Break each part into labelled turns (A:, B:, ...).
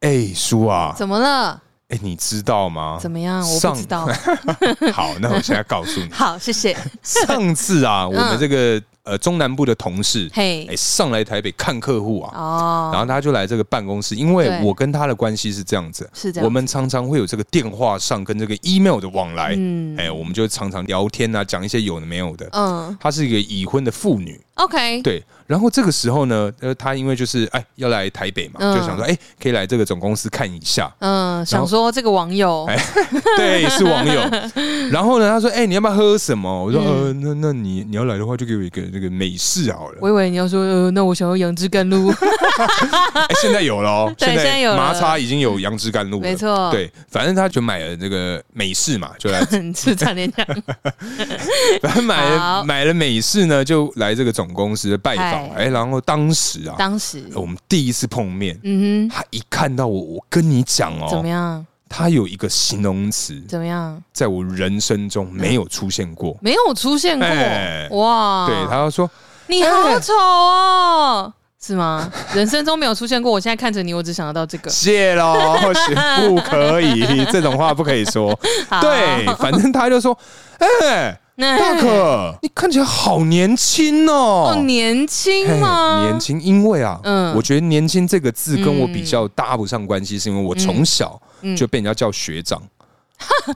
A: 哎，叔啊，
B: 怎么了？
A: 哎，你知道吗？
B: 怎么样？我不
A: 上
B: 知 道。，
A: 好，那我现在告诉你
B: 好，谢谢。
A: 上次啊，我们
B: 嗯
A: 这个呃中南部的同事，
B: 嘿
A: 哎，上来台北看客户啊，然
B: 哦，
A: 后他就来这个办公室，因为
B: 对
A: 我跟他的关系是这样子，啊
B: 是这样子
A: 我们常常会有这个电话上跟这个 email 的往来，
B: 嗯
A: 哎，我们就常常聊天啊，讲一些有的没有的。
B: 嗯
A: 她是一个已婚的妇女，
B: ，OK，
A: 对。然后这个时候呢，呃，她因为就是哎要来台北嘛，
B: 嗯
A: 就想说哎可以来这个总公司看一下，
B: 嗯，想说这个网友，
A: 哎 对，是网友。然后呢，她说哎你要不要喝什么？
B: 嗯
A: 我说呃那那你你要来的话就给我一个那个美式好了。
B: 我以为你要说，呃，那我想要杨枝 甘露，
A: 哎，现在有了哦，
B: 对现在有了
A: 麻茶已经有杨枝甘露了，
B: 没错
A: 对，反正他就买了这个美式嘛，就来，
B: 是差点 讲，
A: 啊反正买了
B: 好
A: 买了美式呢，就来这个总公司拜访，
B: 嗨
A: 哎，然后当时啊，
B: 当时，
A: 我们第一次碰面，
B: 嗯
A: 他一看到我，我跟你讲
B: 哼，怎么
A: 哦，
B: 样？
A: 他有一个形容词，
B: 怎么样？
A: 在我人生中没有出现过，
B: 没有出现
A: 哎
B: 过，哇，
A: 对，他哎就说，
B: 你好丑哦，是吗？人生中没有出现过，我现在看着你，我只想得到这 个，
A: 谢喽，不可以，这种话不可以说，
B: 好
A: 对，，反正他就说，哎。
B: 那
A: 大可，你看起来好年轻
B: 哎哦
A: 哦。，
B: 年轻吗？
A: 嘿年，轻，因为啊，
B: 嗯
A: 我觉得“年轻”这个字跟我比较搭不上关系，是因为我从小
B: 嗯
A: 就被人家叫学长。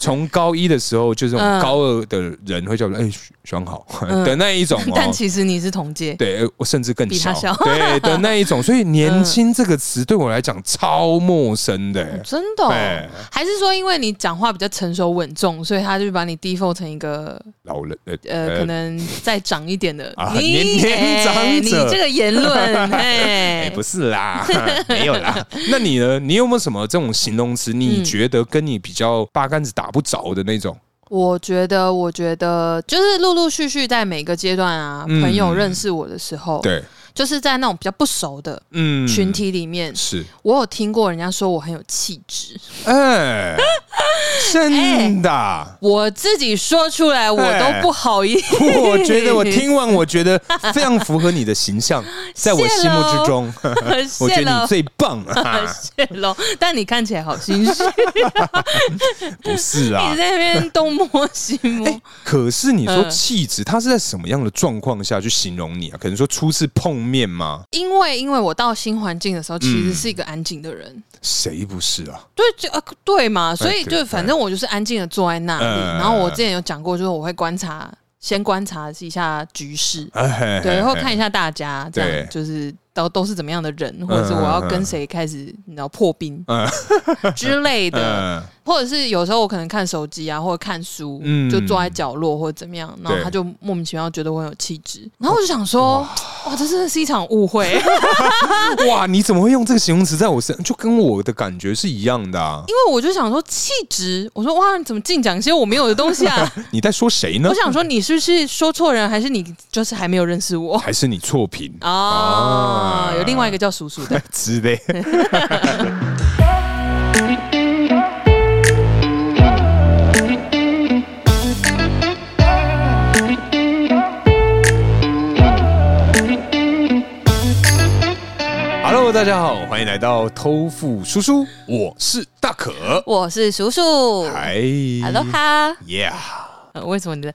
A: 从高一的时候，就是我们
B: 嗯
A: 高二的人会叫我哎学长好
B: 嗯
A: 的那一种
B: 但
A: 哦。
B: 其实你是同届，
A: 对，呃我甚至更
B: 比他
A: 小，
B: 小嗯
A: 对的那一种，所 以“年轻”这个词对我来讲超陌生的。哎
B: 真的哦、
A: 哎
B: 还是说因为你讲话比较成熟稳重，所以他就把你 default 成一个
A: 老人，
B: 呃，可能再长一点的
A: 啊
B: 你
A: 年年长者
B: 哎你这个 言论，
A: 哎、
B: 哎，
A: 不是 啦，没有啦。那你呢？你有没有什么这种形容词？你
B: 嗯
A: 觉得跟你比较八竿子打不着的那种？
B: 我觉得，我觉得就是陆陆续续在每个阶段啊，
A: 嗯
B: 朋友认识我的时候，，
A: 对，
B: 就是在那种比较不熟的
A: 嗯
B: 哦群体里面，
A: 是，
B: 我有听过人家说我很有气质，
A: 哎、
B: 哎
A: 真的 啊、
B: 我自己说出来我
A: 哎
B: 都不好意思。
A: 我觉得我听完，我觉得非常符合你的形 象，在我心目之中， 我觉
B: 谢
A: 得你
B: 喽，
A: 最棒、 啊。
B: 谢喽，但你看起来好心虚，
A: 不是
B: 你
A: 啊，哎
B: 在那边东摸西 摸。
A: 可是你说
B: 嗯
A: 气质，它是在什么样的状况下去形容你啊？可能说初次碰面吗？
B: 因为因为我到新环境的时候，其
A: 嗯
B: 实是一个安静的人，
A: 谁不是啊？
B: 对，就呃对嘛，所
A: 对
B: 以
A: 对
B: 就反正我就是安静的坐在那里。
A: 嗯
B: 然后我之前有讲过，就是我会观察，先观察一下局势，
A: 哎
B: 对，然后看一下大家这
A: 对
B: 样就是都都是怎么样的人，或者是我要跟谁开始，你知道破冰
A: 嗯
B: 之类的，
A: 嗯
B: 或者是有时候我可能看手机啊，或者看书，
A: 嗯
B: 就坐在角落或者怎么样，然后他就莫名其妙觉得我很有气质，然后我就想说，哇，这真的是一场误会。
A: 哇，你怎么会用这个形容词在我身？就跟我的感觉是一样的啊！
B: 因为我就想说气质，我说哇，你怎么净讲一些我没有的东西啊？
A: 你在说谁呢
B: 我？想说你是不是说错人，还是你就是还没有认识我？
A: 还是你错评
B: 哦
A: 啊，
B: 有另外一个叫叔叔的，
A: 之类？Hello，大家好，欢迎来到偷富叔叔，我是大可。
B: 我是叔叔。
A: 嗨
B: Hello 哈，
A: ，Yeah，
B: 呃为什么你的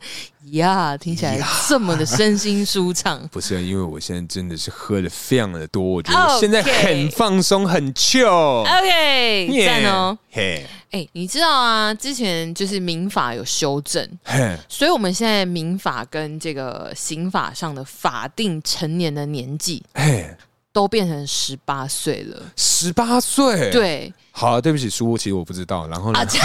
B: 呀听起来这么的身心舒 畅？
A: 不是因为我现在真的是喝的非常的多，我觉得我现在
B: OK
A: 很放松，很
B: 哦
A: chill。
B: OK，赞
A: Yeah，
B: 哦！
A: 嘿，
B: 哎、你知道啊，之前就是民法有修正，
A: 嘿，
B: 所以我们现在民法跟这个刑法上的法定成年的年纪
A: 嘿，
B: 都变成十八岁了。
A: 十八岁，，
B: 对，
A: 好，对不起，叔，其实我不知道。然后呢
B: 啊，？这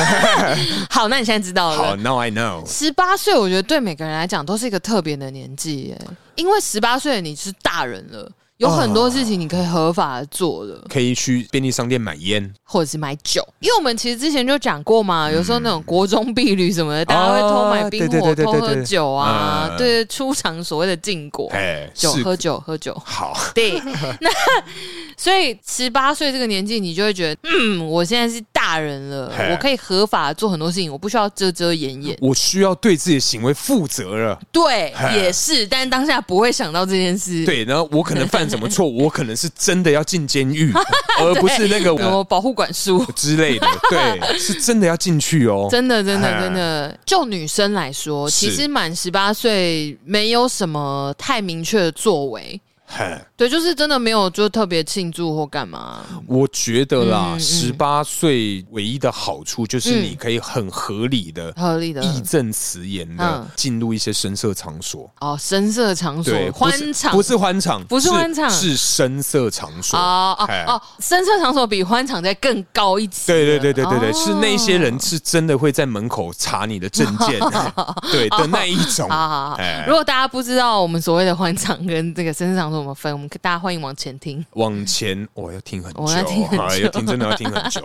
B: 好，那你现在知道
A: 好
B: 了。
A: ，Now I know。
B: 十八岁，我觉得对每个人来讲都是一个特别的年纪耶，因为十八岁你是大人了，有很多事情你可以合法的做了，
A: 可以去便利商店买烟，
B: 或者是买酒。因为我们其实之前就讲过嘛，有时候那种国中婢女什么的，大家会偷买
A: 嗯
B: 冰
A: 哦对对
B: 火、
A: 对对
B: 偷
A: 对
B: 喝
A: 对
B: 酒啊
A: 嗯，
B: 对，出场所谓的禁果，
A: 哎，
B: 酒
A: 是
B: 喝酒喝酒。
A: 好，
B: 对，那所以十八岁这个年纪，你就会觉得，嗯，我现在是大大人了
A: 嘿，
B: 我可以合法做很多事情，我不需要遮遮掩掩。
A: 我需要对自己的行为负责了。
B: 对
A: 嘿，
B: 也是，但当下不会想到这件事。，
A: 对，然后我可能犯什么 错，我可能是真的要进监狱，而不是那个
B: 什么保护管束，
A: 之类的。对，是真的要进去哦。
B: 真的，真
A: 嘿
B: 的，真的。就女生来说，
A: 是
B: 其实满十八岁没有什么太明确的作为，
A: 嘿
B: 对，就是真的没有就特别庆祝或干嘛。
A: 我觉得啦，
B: 嗯嗯
A: 十八岁唯一的好处就是你可以很合理的
B: 合理的
A: 义正辞严的
B: 嗯
A: 进入一些深色场所。
B: 哦，深色场所
A: 对，、不是
B: 欢场
A: 不是欢场，
B: 不是欢场
A: 是深色场所。
B: 哦哦
A: 嘿
B: 哦，深色场所比欢场再更高一级。
A: 哎对对对对对对，
B: 哦
A: 是那些人是真的会在门口查你的证件， 对的那一种。
B: 哦好好好
A: 哎，
B: 如果大家不知道我们所谓的欢场跟这个深色场所怎么分，我们大家欢迎往前听。
A: 往前，哦我要听很久，
B: 我要听很久
A: 哎要听真的要听很 久。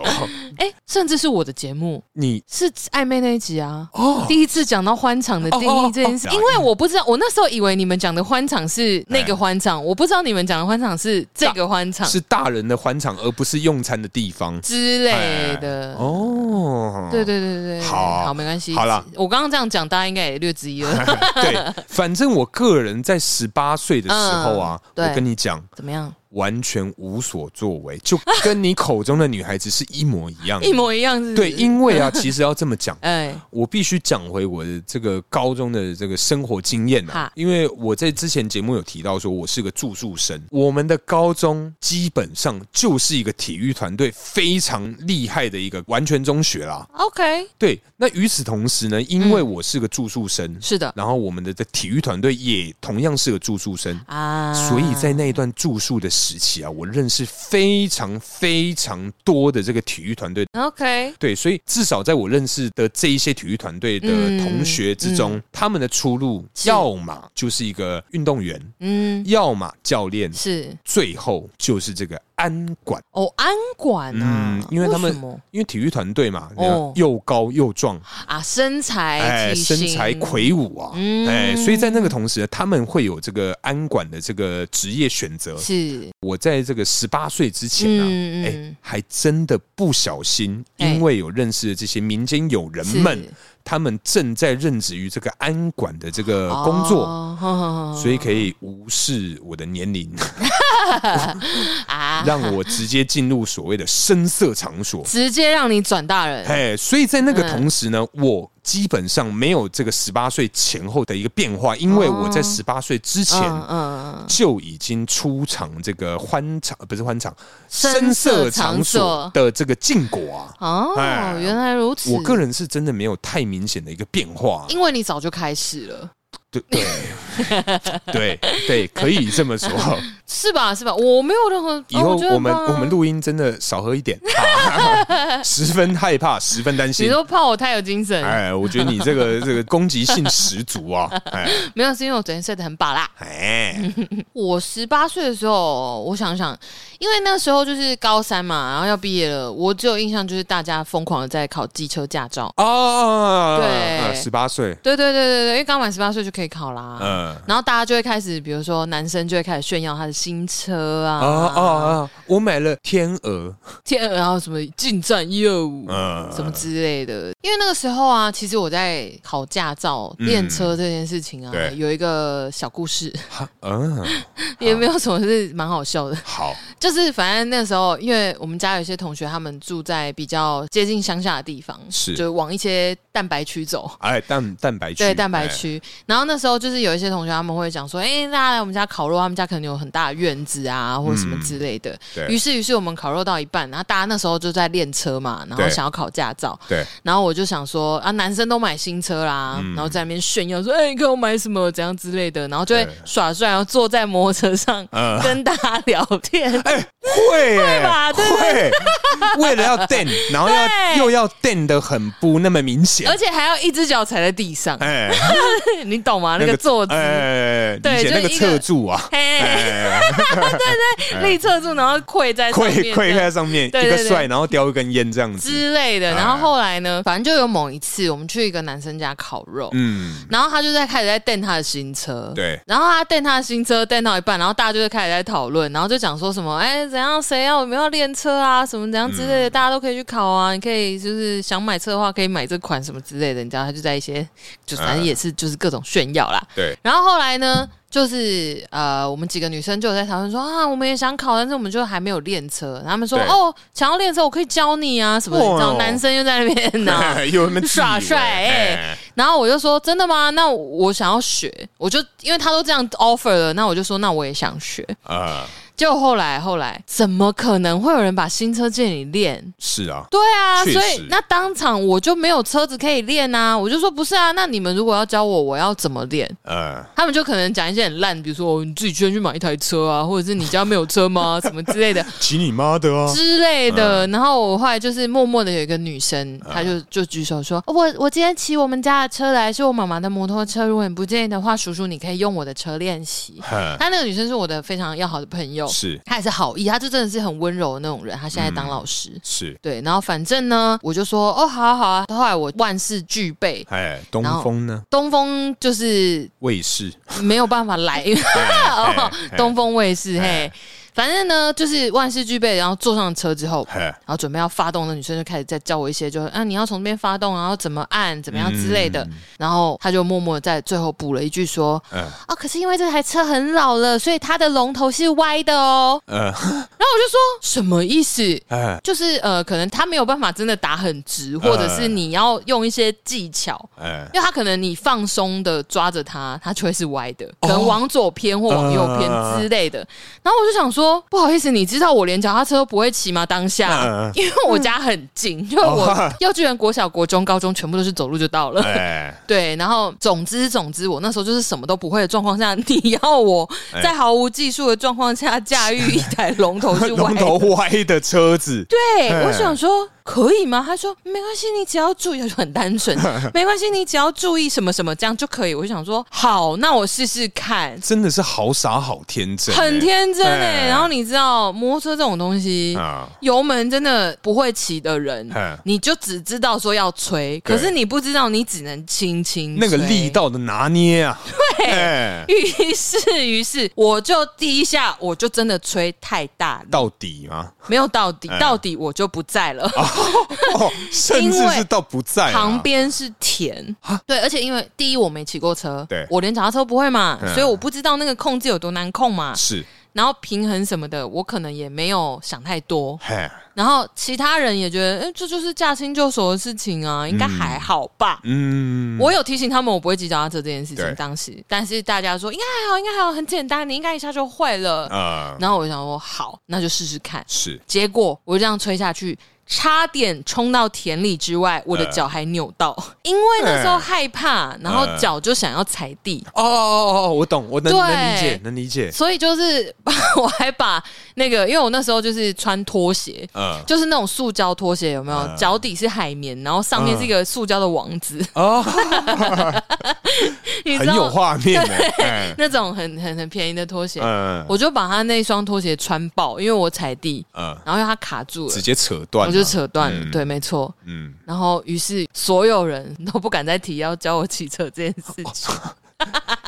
B: 哎，甚至是我的节目
A: 你
B: 是暧昧那一集啊。
A: 哦，
B: 第一次讲到欢场的定义这件事
A: 哦哦哦，
B: 因为我不知道，我那时候以为你们讲的欢场是那个欢场，我不知道你们讲的欢场是这个欢场
A: 哎是大人的欢场，而不是用餐的地方。
B: 之类的。
A: 哎哦，
B: 对对对对，
A: 好
B: 好，没关系。
A: 好啦，
B: 我刚刚这样讲，大家应该也略知一 二。
A: 对，反正我个人在十八岁的时候啊，
B: 嗯对
A: 我跟你讲，
B: 怎么样？
A: 完全无所作为，就跟你口中的女孩子是一模一样的
B: 一模一样是不是？
A: 对，因为啊， 其实要这么讲。
B: 哎，
A: 我必须讲回我的这个高中的这个生活经验啊
B: 哈，
A: 因为我在之前节目有提到说，我是个住宿生。我们的高中基本上就是一个体育团队非常厉害的一个完全中学啦。
B: OK，
A: 对，那与此同时呢，因
B: 嗯
A: 为我是个住宿生，
B: 是的
A: 然后我们的这体育团队也同样是个住宿生。
B: 啊，
A: 所以在那一段住宿的时期啊，我认识非常非常多的这个体育团队
B: OK，
A: 对，所以至少在我认识的这一些体育团队的
B: 嗯
A: 同学之中，他们的出路
B: 是
A: 要么就是一个运动员，
B: 嗯，
A: 要么教练，
B: 是
A: 最后就是这个安管。
B: 哦，安管啊
A: 嗯，，因为他们
B: 什么
A: 因为体育团队嘛，
B: 哦
A: 又高又壮，
B: 啊，身材、体
A: 哎身
B: 型
A: 材魁梧啊，
B: 嗯
A: 哎，所以在那个同时呢，他们会有这个安管的这个职业选择。
B: 是，
A: 我在这个十八岁之前啊，
B: 嗯
A: 哎、
B: 嗯，
A: 还真的不小心，
B: 哎
A: 因为有认识的这些民间友人
B: 是
A: 们，他们正在任职于这个安管的这个工作，
B: 哦呵呵呵
A: 所以可以无视我的年 龄，
B: 啊，
A: 让我直接进入所谓的深色场 所。
B: 直接让你转大人，
A: 哎，所以在那个
B: 嗯
A: 同时呢，我基本上没有这个十八岁前后的一个变化，因为我在十八岁之前。
B: 哦嗯嗯嗯，
A: 就已经出场这个欢场，呃不是欢场，
B: 深色场所
A: 的这个禁果啊，
B: 哦
A: 哎，
B: 原来如此，
A: 我个。人是真的没有太明显的一个变化，啊
B: 因为你早就开始了，
A: 对对 对对，可以这么说。
B: 是吧？是吧？我没有任何。
A: 以后
B: 哦觉得
A: 我们
B: 很棒啊
A: 我们录音真的少喝一 点， 十分害怕，十分担
B: 你
A: 心。
B: 都怕我太有精神，
A: 哎，我觉得你这 个这个攻击性十足啊！哎
B: 没有，是因为我昨天睡得很饱啦。
A: 哎，
B: 我十八岁的时候，我想想，因为那时候就是高三嘛，然后要毕业了，我只有印象就是大家疯狂的在考机车驾照。
A: 哦，
B: 对
A: 啊十八岁，
B: 对对对对对，因为刚满十八岁就可以考啦。
A: 嗯，
B: 然后大家就会开始，比如说男生就会开始炫耀他的新车啊，
A: 哦哦哦，我买了天鹅，
B: 天鹅，然后什么近战一二五，
A: 嗯，
B: 什么之类的。因为那个时候啊，其实我在考驾照、
A: 嗯
B: 练车这件事情啊
A: 对，
B: 有一个小故事，
A: 哈？嗯，
B: 也没有什么是蛮好笑的。
A: 好，
B: 就是反正那时候，因为我们家有一些同学，他们住在比较接近乡下的地方，
A: 是
B: 就往一些蛋白区走。
A: 哎，蛋蛋白区，哎
B: 对蛋白区，然后那时候就是有一些同学他们会讲说，哎、大家来我们家烤肉，他们家可能有很大的院子啊，或者什么之类的。
A: 嗯对
B: 于是，于是我们烤肉到一半，然后大家那时候就在练车嘛，然后
A: 对
B: 想要考驾照，
A: 哎，对，
B: 然后我就想说啊，男生都买新车啦，
A: 嗯
B: 然后在那边炫耀说，哎、你看我买什么，怎样之类的，然后就会
A: 对
B: 耍帅，然后坐在摩托车上、
A: 嗯哎
B: 跟大家聊天。
A: 会会
B: 吧对不
A: 会，为了要 垫，然后要
B: 对
A: 又要垫的很不那么明显
B: 而，且还要一只脚踩在地上，
A: 哎，
B: 你懂吗？那个坐姿，
A: 哎，
B: 对
A: 以前那个
B: 就一个
A: 侧柱 啊，
B: 嘿，
A: 哎，
B: 立侧住，然后跪在上
A: 跪
B: 面
A: 跪
B: 这
A: 在
B: 样
A: 上面，一
B: 对
A: 个
B: 对对
A: 帅，然后叼一根烟这样子，
B: 之类
A: 哎
B: 的。然后后来呢，嗯反正就有某一次，我们去一个男生家烤肉，
A: 嗯，
B: 然后他就在开始在蹬他的新车，
A: 对，
B: 然后他蹬他的新车，蹬到一半，然后大家就开始在讨论，然后就讲说什么，哎，怎样，谁要我们要练车啊，什么怎样之
A: 嗯
B: 类的，大家都可以去考啊。你可以就是想买车的话，可以买这款什么之类的，你知道，他就在一些就反
A: 嗯
B: 正也是就是各种炫耀啦。
A: 对，
B: 然后后来呢，就是呃，我们几个女生就有在讨论说啊，我们也想考，但是我们就还没有练车。然后他们说
A: 对
B: 哦，想要练车，我可以教你啊什么的。
A: 哇哦
B: 你知道，男生又在那边呢、
A: 有那么自以为
B: 耍帅哎
A: 哎
B: 然后我就说真的吗？那我想要学，我就因为他都这样 offer 了，那我就说那我也想学。
A: 啊，
B: 就后来后来，怎么可能会有人把新车借你练？
A: 是啊，
B: 对啊，
A: 确
B: 所
A: 实
B: 以那当场我就没有车子可以练啊，我就说不是啊，那你们如果要教我，我要怎么练？
A: 呃，
B: 他们就可能讲一些很烂，比如说、哦、你自己先去买一台车啊，或者是你家没有车 吗？什么之类的
A: 骑你妈的啊！
B: 之类的。然后我后来就是默默的有一个女生，嗯她就就举手说，哦我我今天骑我们家的车来，是我妈妈的摩托车，如果你不介意的话，叔叔你可以用我的车练习。
A: 哼
B: 她那个女生是我的非常要好的朋友，
A: 是
B: 她也是好意，她就真的是很温柔的那种人。她现在当老师。
A: 是，
B: 对，然后反正呢，我就说哦，好啊好啊。后来我万事俱备，
A: 哎，东
B: 然后
A: 风呢？
B: 东风就是
A: 卫视，
B: 没有办法 来， 哦
A: 哎，
B: 东风卫视嘿
A: 哎，
B: 反正呢就是万事俱备。然后坐上车之后，
A: 哎
B: 然后准备要发动的女生就开始在教我一些，就是啊你要从这边发动，然后怎么按，怎么样之类的。
A: 嗯
B: 然后他就默默地在最后补了一句说
A: 嗯
B: 啊，可是因为这台车很老了，所以它的龙头是歪的哦。
A: 呃，
B: 然后我就说什么意思？
A: 哎
B: 就是呃，可能他没有办法真的打很直，或者
A: 嗯
B: 是你要用一些技巧，
A: 哎，
B: 因为他可能你放松的抓着他，他就会是歪的，
A: 哦
B: 可能往左偏或往右偏
A: 呃
B: 之类的。然后我就想说，不好意思，你知道我连脚踏车都不会骑吗？当下。
A: 呃
B: 因为我家很近，因为我
A: 哦
B: 幼稚园、国小、国中、高中全部都是走路就到了。
A: 哎，
B: 对，然后总之总之，我那时候就是什么都不会的状况下，你要我
A: 哎
B: 在毫无技术的状况下驾驭一台龙头 是歪
A: 龙
B: 的
A: 头歪的车子，
B: 对，
A: 哎
B: 我想说可以吗？他说没关系，你只要注意，他就很单 纯，没关系，你只要注意什么什么这样就可以。我就想说好，那我试试看，
A: 真的是好傻好天真欸，
B: 很天真哎、
A: 哎
B: 然后你知道摩托车这种东西。
A: 啊，
B: 油门真的不会骑的人
A: 哎，
B: 你就只知道说要吹，可
A: 对
B: 是你不知道你只能轻轻
A: 那个
B: 吹
A: 力。道的拿捏啊，对，
B: 于是，于是我就第一下我就真的吹太大力，
A: 到底吗？
B: 没有到底，
A: 哎
B: 到底我就不在了。
A: 哦，甚至是到不在啊啊
B: 旁边是田，对，而且因为第一我没骑过车，
A: 对
B: 我连脚踏车不会嘛，
A: 嗯
B: 所以我不知道那个控制有多难控嘛，
A: 是，
B: 然后平衡什么的，我可能也没有想太多，
A: 嘿，
B: 然后其他人也觉得，哎、这就是驾轻就熟的事情啊，应该还好吧。
A: 嗯，
B: 我有提醒他们我不会骑脚踏车这件事情，
A: 对
B: 当时，但是大家说应该还好，应该还好，很简单，你应该一下就会了。
A: 啊，
B: 然后我就想说好，那就试试看。
A: 是
B: 结果我就这样吹下去，差点冲到田里之外，我的脚还扭到，
A: 哎
B: 因为那时候害怕，然后脚就想要踩地，
A: 哦哦哦，我懂，我能
B: 对
A: 能理解，能理解，
B: 所以就是把我还把那个，因为我那时候就是穿拖鞋。
A: 嗯，
B: 就是那种塑胶拖鞋，有没有？
A: 嗯
B: 脚底是海绵，然后上面是一个塑胶的网子，
A: 哦，
B: 你知
A: 很有
B: 道
A: 画面呢，哎
B: 那种很很很便宜的拖鞋，
A: 嗯，
B: 我就把它那双拖鞋穿爆，因为我踩地，
A: 嗯，
B: 然后因为它卡住了
A: 直，接扯断，
B: 我就，扯断了。
A: 嗯
B: 对，没错。
A: 嗯，
B: 然后，于是所有人都不敢再提要教我骑车这件 事
A: 哦
B: 情。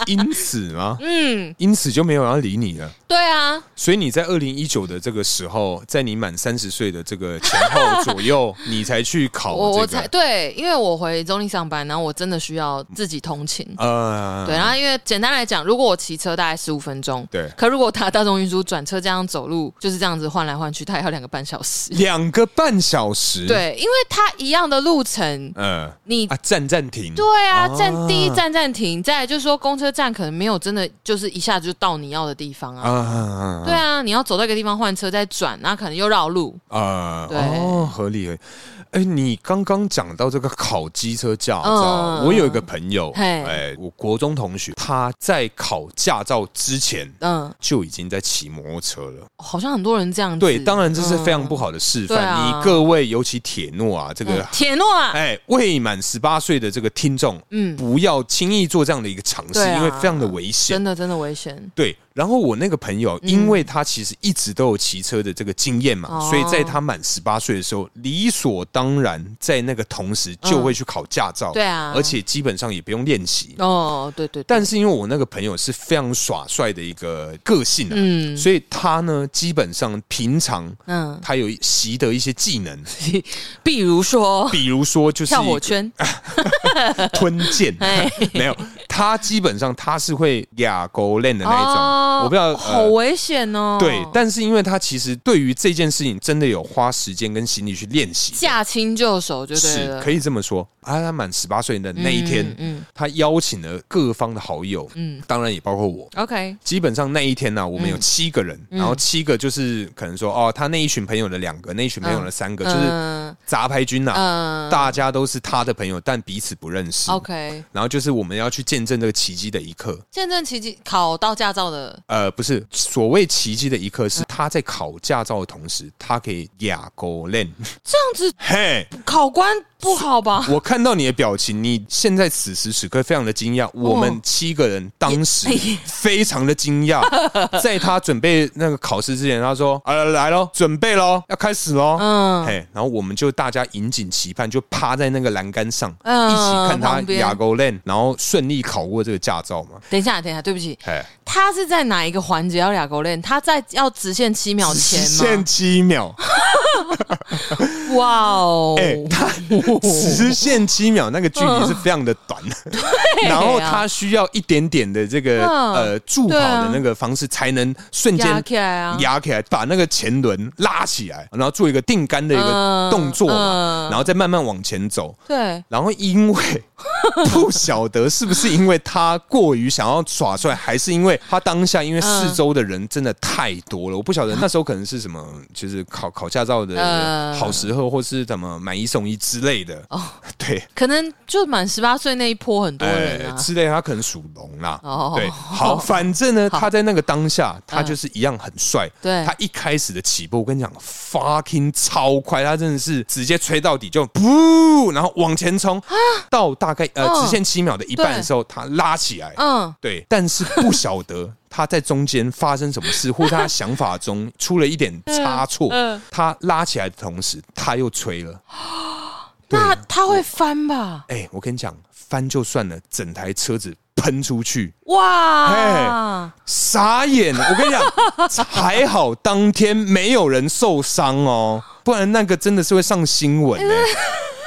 A: 因此吗？
B: 嗯，
A: 因此就没有人要理你了，
B: 对啊，
A: 所以你在二零一九的这个时候，在你满三十岁的这个前后左右，你才去考
B: 我我
A: 这
B: 才
A: 个，
B: 对，因为我回中立上班，然后我真的需要自己通勤。
A: 呃，
B: 对，然后因为简单来讲，如果我骑车大概十五分钟，
A: 对
B: 可如果搭大众运输转车这样走路，就是这样子换来换去，它也要两个半小时。
A: 两个半小时，，
B: 对，因为它一样的路程，
A: 嗯，
B: 你
A: 啊，站暂停，
B: 对啊，
A: 哦
B: 站第一站暂停，再来就是说公车站可能没有真的就是一下就到你要的地方啊。
A: 啊啊，
B: 对啊，你要走到一个地方换车再转，那可能又绕路。
A: 啊，
B: 对
A: 哦，合理合理。哎，你刚刚讲到这个考机车驾照，
B: 嗯
A: 我有一个朋友，
B: 嘿
A: 哎，我国中同学，他在考驾照之前
B: 嗯，
A: 就已经在骑摩托车了。
B: 好像很多人这样子。
A: 对，当然这是非常
B: 嗯
A: 不好的示
B: 对
A: 范。
B: 啊
A: 你各位，尤其铁诺啊，这个
B: 嗯铁诺 啊，
A: 哎未满十八岁的这个听众，
B: 嗯，
A: 不要轻易做这样的一个尝试，
B: 对啊
A: 因为非常的危
B: 真
A: 险。
B: 的真的危险。嗯
A: 对，然后我那个朋友，因为他其实一直都有骑车的这个经验嘛，
B: 哦
A: 所以在他满十八岁的时候，理所当然在那个同时就会去考驾照，
B: 嗯对啊
A: 而且基本上也不用练习。
B: 哦，对对对，
A: 但是因为我那个朋友是非常耍帅的一个个性啊，
B: 嗯
A: 所以他呢基本上平常
B: 嗯，
A: 他有习得一些技 能，
B: 比如说
A: 比如说哎就是
B: 跳火圈，
A: 吞剑，
B: 哎，
A: 没有，他基本上他是会哑狗练的那一种，
B: 哦
A: 我不知道。
B: 好
A: 呃
B: 危险哦。
A: 对，但是因为他其实对于这件事情真的有花时间跟心力去练习，
B: 驾轻就熟就对
A: 是
B: 了，
A: 可以这么说。啊，他满十八岁的那一天，
B: 嗯
A: 他邀请了各方的好友，
B: 嗯
A: 当然也包括我。
B: 嗯，OK，
A: 基本上那一天呢、我们有七个人，
B: 嗯
A: 然后七个就是可能说哦，他那一群朋友的两个，那一群朋友的三个，就是
B: 嗯
A: 杂牌军呐、
B: 嗯哦
A: 大家都是他的朋友，但彼此不认识。
B: ，OK，
A: 然后就是我们要去见证这个奇迹的一刻。
B: 见证奇迹考到驾照的，
A: 呃，不是，所谓奇迹的一刻是他在考驾照的同时，他可以哑狗练。
B: 这样子
A: 嘿，
B: 考官不好吧？
A: 我看到你的表情，你现在此时此刻非常的惊
B: 哦
A: 讶。我们七个人当时 非常的惊讶，在他准备那个考试之前，他说：“啊，来喽，准备喽，要开始喽。”
B: 嗯
A: 嘿，然后我们就大家引颈期盼，就趴在那个栏杆上，
B: 嗯
A: 一起看他
B: 旁边
A: 哑狗练，然后顺利考过这个驾照嘛。
B: 等一下，等一下，对不起，
A: 嘿，
B: 他是在哪一个环节要俩狗链？他在要直线七秒前
A: 限
B: 吗？
A: 七
B: 哦
A: 秒。
B: 哇哦！
A: 哎、他实现七秒那个距
B: 嗯
A: 离是非常的短，然后他需要一点点的这个、
B: 啊嗯
A: 呃助跑
B: 对啊
A: 的那个方式，才能瞬
B: 压
A: 间
B: 起来啊！
A: 压起来，把那个前轮拉起来，然后做一个定杆的一个
B: 嗯
A: 动作嘛，
B: 嗯
A: 然后再慢慢往前走。
B: 对，
A: 然后因为不晓得是不是因为他过于想要耍帅，还是因为他当下因为四周的人真的太多了，我不晓得那时候可能是什么，就是考考驾照的
B: 嗯
A: 好时候，或是什么买一送一之类的。哦， 对。
B: 可能就满十八岁那一波很多人啊。
A: 哎之类的，他可能属龙啦。
B: 哦嗯
A: 对，好，反正呢，他在那个当下，他就是一样很帅。
B: 对
A: 他一开始的起步，我跟你讲，fucking 超快，他真的是直接吹到底就噗，然后往前冲，
B: 啊
A: 到大概呃
B: 嗯
A: 直线七秒的一半的时候，他拉起来。
B: 嗯，
A: 对，但是不晓 得他在中间发生什么事，或他想法中出了一点差错
B: 嗯嗯。
A: 他拉起来的同时，他又吹了。对
B: 那他会翻吧？
A: 哎、我跟你讲，翻就算了，整台车子喷出去，
B: 哇！
A: 傻眼！我跟你 讲，还好当天没有人受伤哦，不然那个真的是会上新闻呢、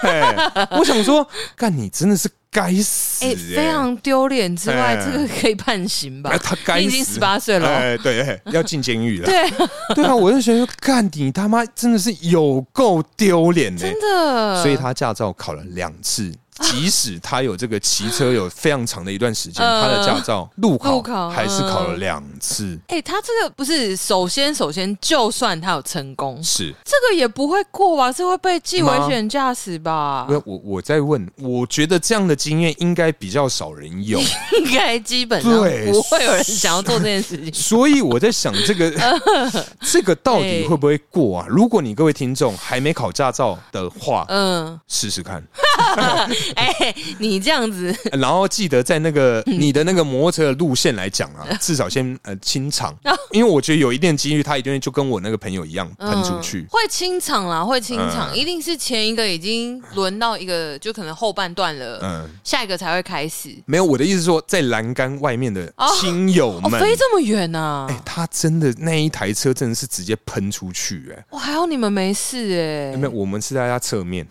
A: 哎，我想说，干你真的是该死、
B: 哎，
A: 哎，
B: 非常丢脸之外，
A: 哎
B: 这个可以判刑吧
A: 哎，？他该
B: 你
A: 死
B: 已经18岁了哦
A: 哎，对，哎要进监狱了。
B: 对，
A: 对啊，我就觉得说干你他妈真的是有够丢脸呢、
B: 真的。
A: 所以他驾照考了两次。即使他有这个骑车有非常长的一段时间，
B: 呃
A: 他的驾照路考
B: 路考嗯
A: 还是考了两次，
B: 哎，他这个不是首先首先，就算他有成功，
A: 是。
B: 这个也不会过吧？是会被记
A: 吗
B: 危险驾驶吧？
A: 我我我在问，我觉得这样的经验应该比较少人 有，
B: 应该基本上
A: 对
B: 不会有人想要做这件事情。
A: 所以我在想这 个这个到底会不会过啊？如果你各位听众还没考驾照的话，
B: 嗯，
A: 试试看，
B: 哎、你这样子，
A: 然后记得在那个
B: 嗯
A: 你的那个摩托车的路线来讲啊，至少先呃清场，因为我觉得有一定的几率，他一定就跟我那个朋友一样喷出去
B: 哦嗯、。会清场啦，会清场，
A: 嗯
B: 一定是前一个已经轮到一个，就可能后半段了，
A: 嗯，
B: 下一个才会开始。
A: 没有，我的意思是说，在栏杆外面的亲友
B: 哦，
A: 们，
B: 飞这么远啊呐、
A: 哎、他真的那一台车真的是直接喷出去、哎。
B: 哇，还好你们没事
A: 没有，我们是在他侧面，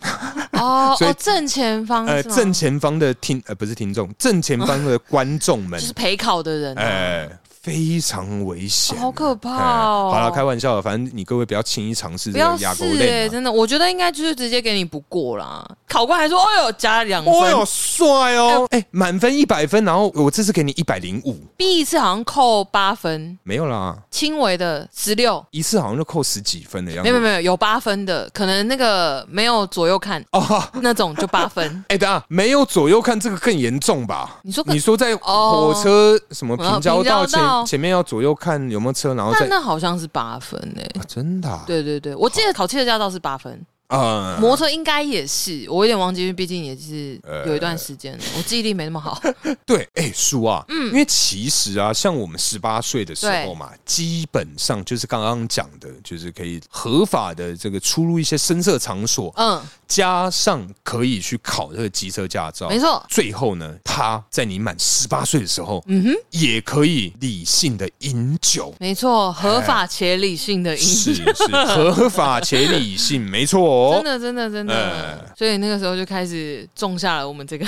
B: 哎、哦
A: 所以
B: 哦，正前方
A: 呃，
B: 是吗
A: 正前方的听呃不是听 众，正前方的观众们
B: 就，是陪考的人、啊，
A: 哎、非常危险、
B: 哦好可
A: 哎
B: 怕哦。
A: 好了，开玩笑，反正你各位不要轻易尝试
B: 不
A: 这
B: 要
A: 个
B: 试
A: 牙狗
B: 哎、
A: 链、啊。
B: 真的，我觉得应该就是直接给你不过啦。考官还说，哎呦，加两分，
A: 哦哟，帅哦！哎、满分一百分，然后我这次给你一百零五，
B: 第一次好像扣八分，
A: 没有啦，
B: 轻微的十六，
A: 一次好像就扣十几分的样
B: 没
A: 子。
B: 有没有没有，有八分的，可能那个没有左右看
A: 哦，。
B: 那种就八分
A: 哎、等一下，没有左右看这个更严重吧？
B: 你说更
A: 你说在
B: 哦
A: 火车什么平交道
B: 平交
A: 前、
B: 道
A: 前面要左右看有没有车，然后再
B: 但那好像是八分诶、欸
A: 啊真的啊、
B: 对对对，我记得考汽车驾照是八分，
A: 啊、啊，
B: 摩托车应该也是，我有点忘记，因为毕竟也是
A: 呃
B: 有一段时间了，我记忆力没那 么好。
A: 对，哎、叔啊，嗯，因为其实啊，像我们十八岁的时候嘛，基本上就是刚刚讲的，就是可以合法的这个出入一些深色场所，
B: 嗯，
A: 加上可以去考这个机车驾照，
B: 没错
A: 最后呢，他在你满十八岁的时候，嗯哼，也可以理性的饮酒。
B: 没错，合法且理性的饮
A: 哎是是合法且理性，没错哦。 哎
B: 真的，真的，真的。所以那个时候就开始种下了我们 这个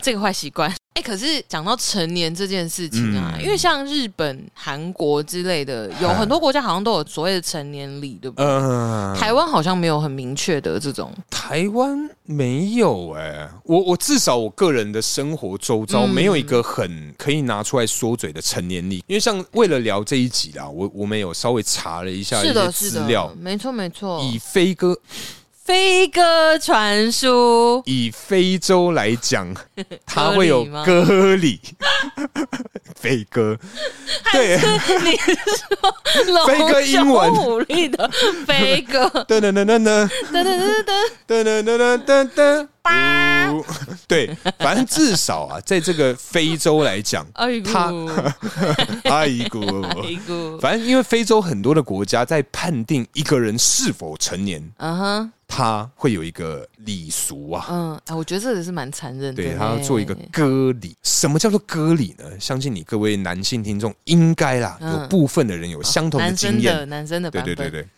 B: 这个坏习惯。哎、可是讲到成年这件事情啊，
A: 嗯哎
B: 因为像日本、韩国之类的，有很多国家好像都有所谓的成年礼，对不对？
A: 呃，
B: 台湾好像没有很明确的这种，
A: 台湾没有哎、我我至少我个人的生活周遭
B: 嗯
A: 没有一个很可以拿出来说嘴的成年礼，因为像为了聊这一集啦，我我们有稍微查了一下一
B: 是
A: 些
B: 的，是
A: 资
B: 的哦
A: 料，，
B: 没错，没错。
A: 以非哥
B: 飞鸽传书，
A: 以非洲来讲，它会有
B: 吗
A: 割礼， 飞哥，对，
B: 你是说
A: 飞鸽英文
B: 龙兄虎力的飞鸽？
A: 噔噔噔噔噔。
B: 噔噔噔噔
A: 噔噔噔噔噔噔， 对，反正至少啊，在这个非洲来讲，
B: 噔，
A: 他
B: 哎
A: 阿姨姑，
B: 呦，哎呦，
A: 反正因为非洲很多的国家在判定一个人是否成年，
B: 嗯哼，
A: 他会有一个礼俗啊，
B: 嗯，哎我觉得这个是蛮残忍的嘞，
A: 对他要做一个割礼。什么叫做割礼呢？相信你各位男性听众应该啦，
B: 嗯
A: 有部分的人有相同的
B: 男
A: 经
B: 生的
A: 验。
B: 男生的
A: 对
B: 版
A: 对
B: 本，
A: 对对。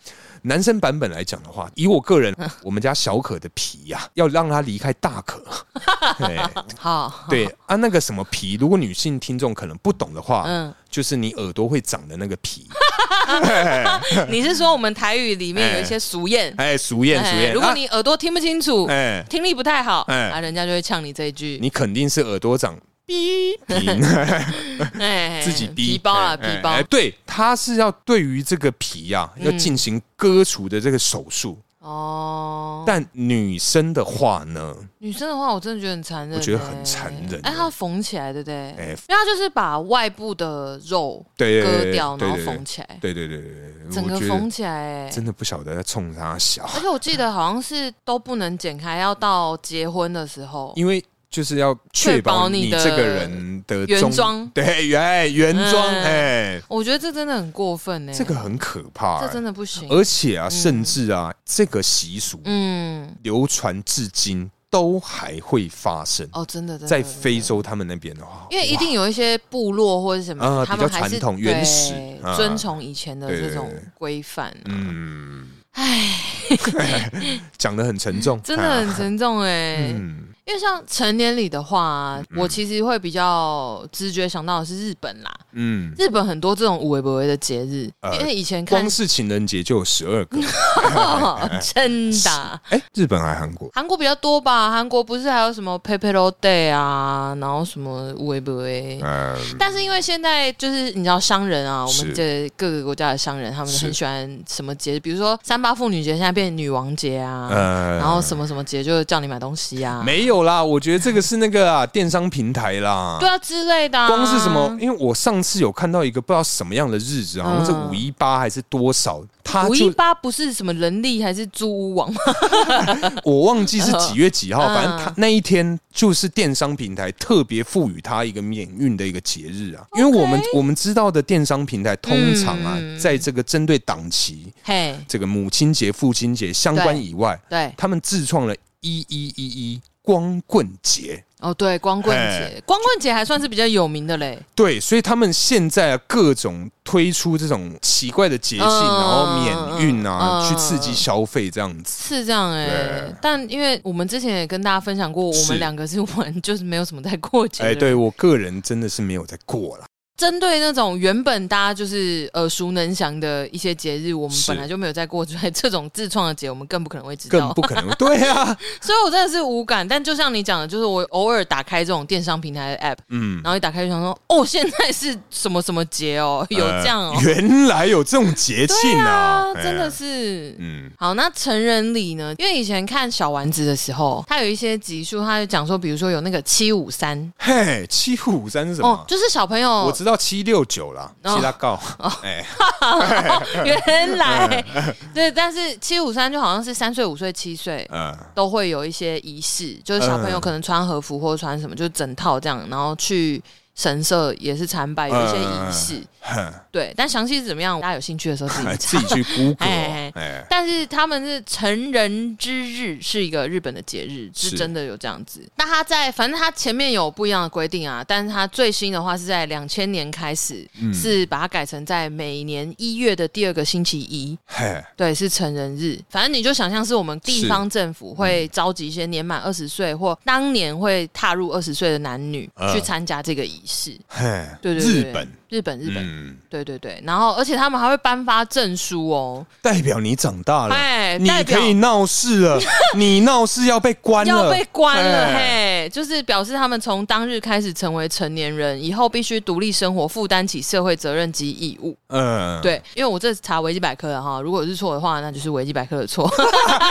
A: 男生版本来讲的话，以我个 人，我们家小可的皮呀、要让他离开大 可。对
B: 好，
A: 对啊，那个什么皮，如果女性听众可能不懂的话，
B: 嗯
A: 就是你耳朵会长的那个皮。
B: 你是说我们台语里面有一些俗 谚？
A: 哎，俗谚俗谚。
B: 如果
A: 啊
B: 你耳朵听不清楚，
A: 哎，
B: 听力不太好，
A: 哎
B: 啊，人家就会呛你这一句，
A: 你肯定是耳朵 长逼
B: 哎，
A: 自己逼
B: 皮包啊，皮
A: 哎
B: 包嗯
A: 哎哎，对，他是要对于这个皮呀、啊，要进行割除的这个手术。
B: 哦。
A: 但女生的话呢，
B: 女生的话，我真的觉得很残忍、
A: 我觉得很残忍
B: 哎，她缝起来，对不对？
A: 哎
B: 因为她就是把外部的肉
A: 对对对
B: 割掉，
A: 对
B: 然后
A: 对
B: 缝起来，
A: 对对对对对，
B: 整
A: 我
B: 个
A: 觉得
B: 缝起来、哦哎
A: 真的不晓得在冲他笑，
B: 而且我记得好像是都不能剪开，要到结婚的时候。
A: 因为就是要确
B: 确保
A: 保
B: 你
A: 你
B: 的
A: 这个人的
B: 原
A: 中
B: 装
A: 对原原装，
B: 嗯
A: 哎，
B: 我觉得这真的很过分呢、
A: 这个很可怕，
B: 这
A: 哎
B: 真的不嗯行。
A: 而且啊，甚至啊，这个习俗
B: 嗯，
A: 流传至今都还会发生。
B: 哦，真的，真的
A: 在
B: 真的
A: 非洲他们那边的话，
B: 因为
A: 哇
B: 一定有一些部落或者什么，
A: 啊
B: 他
A: 比较
B: 们还
A: 传
B: 是
A: 统
B: 对
A: 原始啊
B: 遵从以前的
A: 对
B: 这种
A: 对对
B: 规范。
A: 嗯，唉， 讲的很沉重，
B: 真 的很沉重哎、
A: 嗯
B: 因为像成年礼的话、我其实会比较直觉想到的是日本啦。
A: 嗯，
B: 日本很多这种无为不为的节日，
A: 呃
B: 因为以前看哦
A: 光是情人节就有十二个，
B: 真 的啊。
A: 哎，日本还韩国，
B: 韩国比较多吧，韩国不是还有什么 p a p e r o Day 啊，然后什么无为不为。
A: 嗯，
B: 但是因为现在就是你知道商人啊，我
A: 是
B: 们这各个国家的商人，他们
A: 是
B: 很喜欢什么节，比如说三八妇女节，现在变女王节啊，
A: 呃
B: 然后什么什么节就叫你买东西啊，
A: 没有啦，我觉得这个是那个啊电商平台啦，
B: 对啊之类的、啊，
A: 光是什么？因为我上次有看到一个不知道什么样的日子，好像是
B: 嗯
A: 五一八还是多少，他
B: 五一
A: 就
B: 八不是什么人力还是租屋网吗？
A: 我忘记是几月几号，
B: 嗯
A: 反正他那一天就是电商平台特别赋予他一个免运的一个节日啊。因为我们我们知道的电商平台通常啊，
B: 嗯
A: 在这个针对档期、
B: 嘿，
A: 这个母亲节、父亲节相关
B: 对
A: 以外，
B: 对，
A: 他们自创了一一一一光棍节。
B: 哦对，光棍节
A: 嘿，
B: 光棍节还算是比较有名的嘞，
A: 对，所以他们现在啊各种推出这种奇怪的节庆，
B: 嗯
A: 然后免运啊，
B: 嗯
A: 去刺激消费这样子。
B: 是这样哎、
A: 对
B: 但因为我们之前也跟大家分享过，我
A: 是
B: 们两个是玩就是没有什么在过节的
A: 哎，
B: 人，
A: 对我个人真的是没有在过啦。
B: 针对那种原本大家就是耳熟能详的一些节日，我们
A: 是
B: 本来就没有在过，所以这种自创的节，我们更不可能会知
A: 更
B: 道。
A: 不可能，对 啊，
B: 所以我真的是无感。但就像你讲的，就是我偶尔打开这种电商平台的 app，
A: 嗯，
B: 然后一打开就想说，哦，现在是什么什么节哦，有这样哦
A: 呃，原来有这种节庆啊
B: 啊，，
A: 哎
B: 真的，是。
A: 嗯，
B: 好，那成人礼呢？因为以前看小丸子的时候，它有一些集数，它就讲说，比如说有那个七五三
A: 嘿，七五五三是什
B: 哦
A: 么，？
B: 就是小朋友
A: 我知道七六九啦，
B: 哦
A: 七拉告，哎，
B: 原
A: 嗯
B: 来对，但是七五三就好像是三岁、五岁、七岁
A: 嗯，
B: 都会有一些仪式，就是小朋友可能穿和服或穿什么，就是整套这样，然后去神社也是参拜，有一些仪式。
A: 哼
B: 对，但详细是怎么样，大家有兴趣的时候自己查。
A: 自己去 Google，
B: 哎
A: 哎，
B: 但是他们是成人之日，是一个日本的节日，是
A: 是
B: 真的有这样子。那他在反正他前面有不一样的规定啊，但是他最新的话是在两千年开始，
A: 嗯
B: 是把它改成在每年一月的第二个星期一，
A: 嘿，
B: 对，是成人日。反正你就想象是我们地
A: 是
B: 方政府会召集一些年满二十岁或当年会踏入二十岁的男女、
A: 嗯
B: 去参加这个仪式。
A: 嘿，
B: 对对对，
A: 日本，
B: 日本，日本，
A: 嗯，
B: 对对对。然后，而且他们还会颁发证书哦，
A: 代表你长大了，
B: 哎，
A: 你
B: 代表
A: 可以闹事了， 你闹事要被关了，
B: 要被关了，
A: 哎
B: 嘿，就是表示他们从当日开始成为成年人，以后必须独立生活，负担起社会责任及义务。
A: 嗯，
B: 对，因为我这查维基百科的哈，如果是错的话，那就是维基百科的错。嗯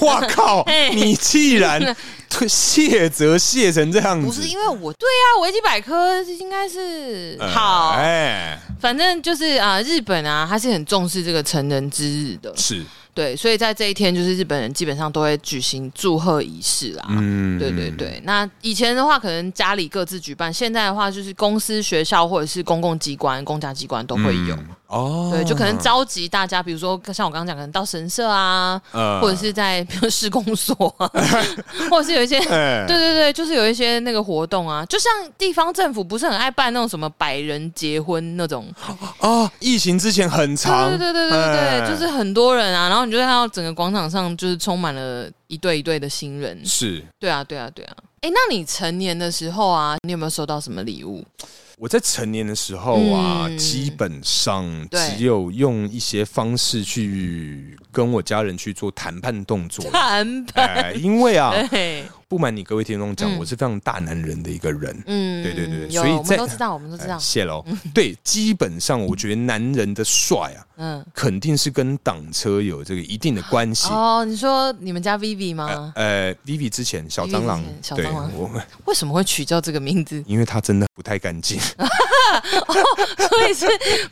A: 哇靠
B: 哎！
A: 你既 然退卸责卸成这样子，
B: 不是因为我对啊，维基百科应该是
A: 呃
B: 好，
A: 哎，
B: 反正就是啊、日本啊，它是很重视这个成人之日的，
A: 是，
B: 对，所以在这一天，就是日本人基本上都会举行祝贺仪式啦。
A: 嗯
B: 对对，对，那以前的话可能家里各自举办，现在的话就是公司、学校或者是公共机关、公家机关都会有。
A: 哦，
B: 对，就可能召集大家，比如说像我刚刚讲，可能到神社啊，
A: 呃
B: 或者是在比如施工所 啊，或者是有一些
A: 哎，
B: 对对对，就是有一些那个活动啊，就像地方政府不是很爱办那种什么百人结婚那种，
A: 哦，疫情之前很长，
B: 对对对对对对，
A: 哎
B: 就是很多人啊，然后你就会看到整个广场上就是充满了一对一对的新人，
A: 是。
B: 对啊对啊对啊。哎，那你成年的时候啊，你有没有收到什么礼物？
A: 我在成年的时候啊，
B: 嗯
A: 基本上
B: 对
A: 只有用一些方式去跟我家人去做谈判动 作。
B: 坦白，
A: 哎，因为啊，
B: 对，
A: 不瞒你各位听众讲，
B: 嗯
A: 我是非常大男人的一个人，
B: 嗯
A: 对对对
B: 有，
A: 所以
B: 我们
A: 在
B: 都知道，我们都知道嗯
A: 哎，谢喽。对，基本上我觉得男人的帅啊，
B: 嗯。
A: 肯定是跟挡车有这个一定的关系。
B: 哦，你说你们家 Vivi 吗？
A: 呃，Vivi 之前小蟑螂
B: Vivi 之前，小
A: 对
B: 蟑螂
A: 我，？
B: 为什么会取叫这个名字
A: 因为他真的不太干净，
B: 所以是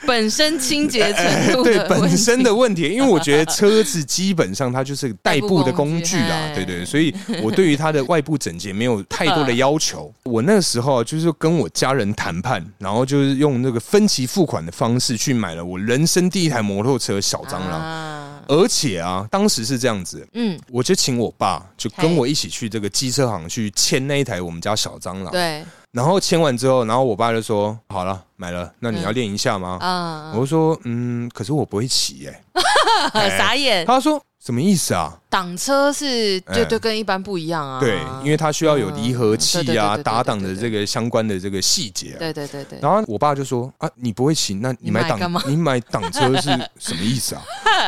B: 本身清洁程度的
A: 呃 对
B: 问
A: 本
B: 题
A: 身的问题，因为我觉得车子基本上它就是代步的工具
B: 代
A: 啊，
B: 步工具
A: 对
B: 哎
A: 对，所以我对于它的外部整洁没有太多
B: 嗯
A: 的要求。我那时候啊就是跟我家人谈判，然后就是用那个分期付款的方式去买了我人生第一台摩托车小蟑螂，
B: 啊
A: 而且啊，当时是这样子，
B: 嗯，
A: 我就请我爸就
B: 嘿
A: 跟我一起去这个机车行去签那一台我们家小蟑螂。
B: 对，
A: 然后签完之后，然后我爸就说：“好了，买了，那
B: 嗯
A: 你要练一下吗？”
B: 啊、
A: 我就说：“嗯，可是我不会骑耶、
B: 很 傻眼。
A: 他说：“什么意思啊？
B: 挡车是
A: 哎
B: 就就跟一般不一样啊，
A: 对，因为他需要有离合
B: 嗯对对
A: 器
B: 对对
A: 啊、
B: 对
A: 打档的这个相关的这个细节、啊。
B: 对对对对，
A: 然后我爸就说：“啊，你不会骑，那你买
B: 你买干嘛
A: 挡你买挡车是什么意思 啊？”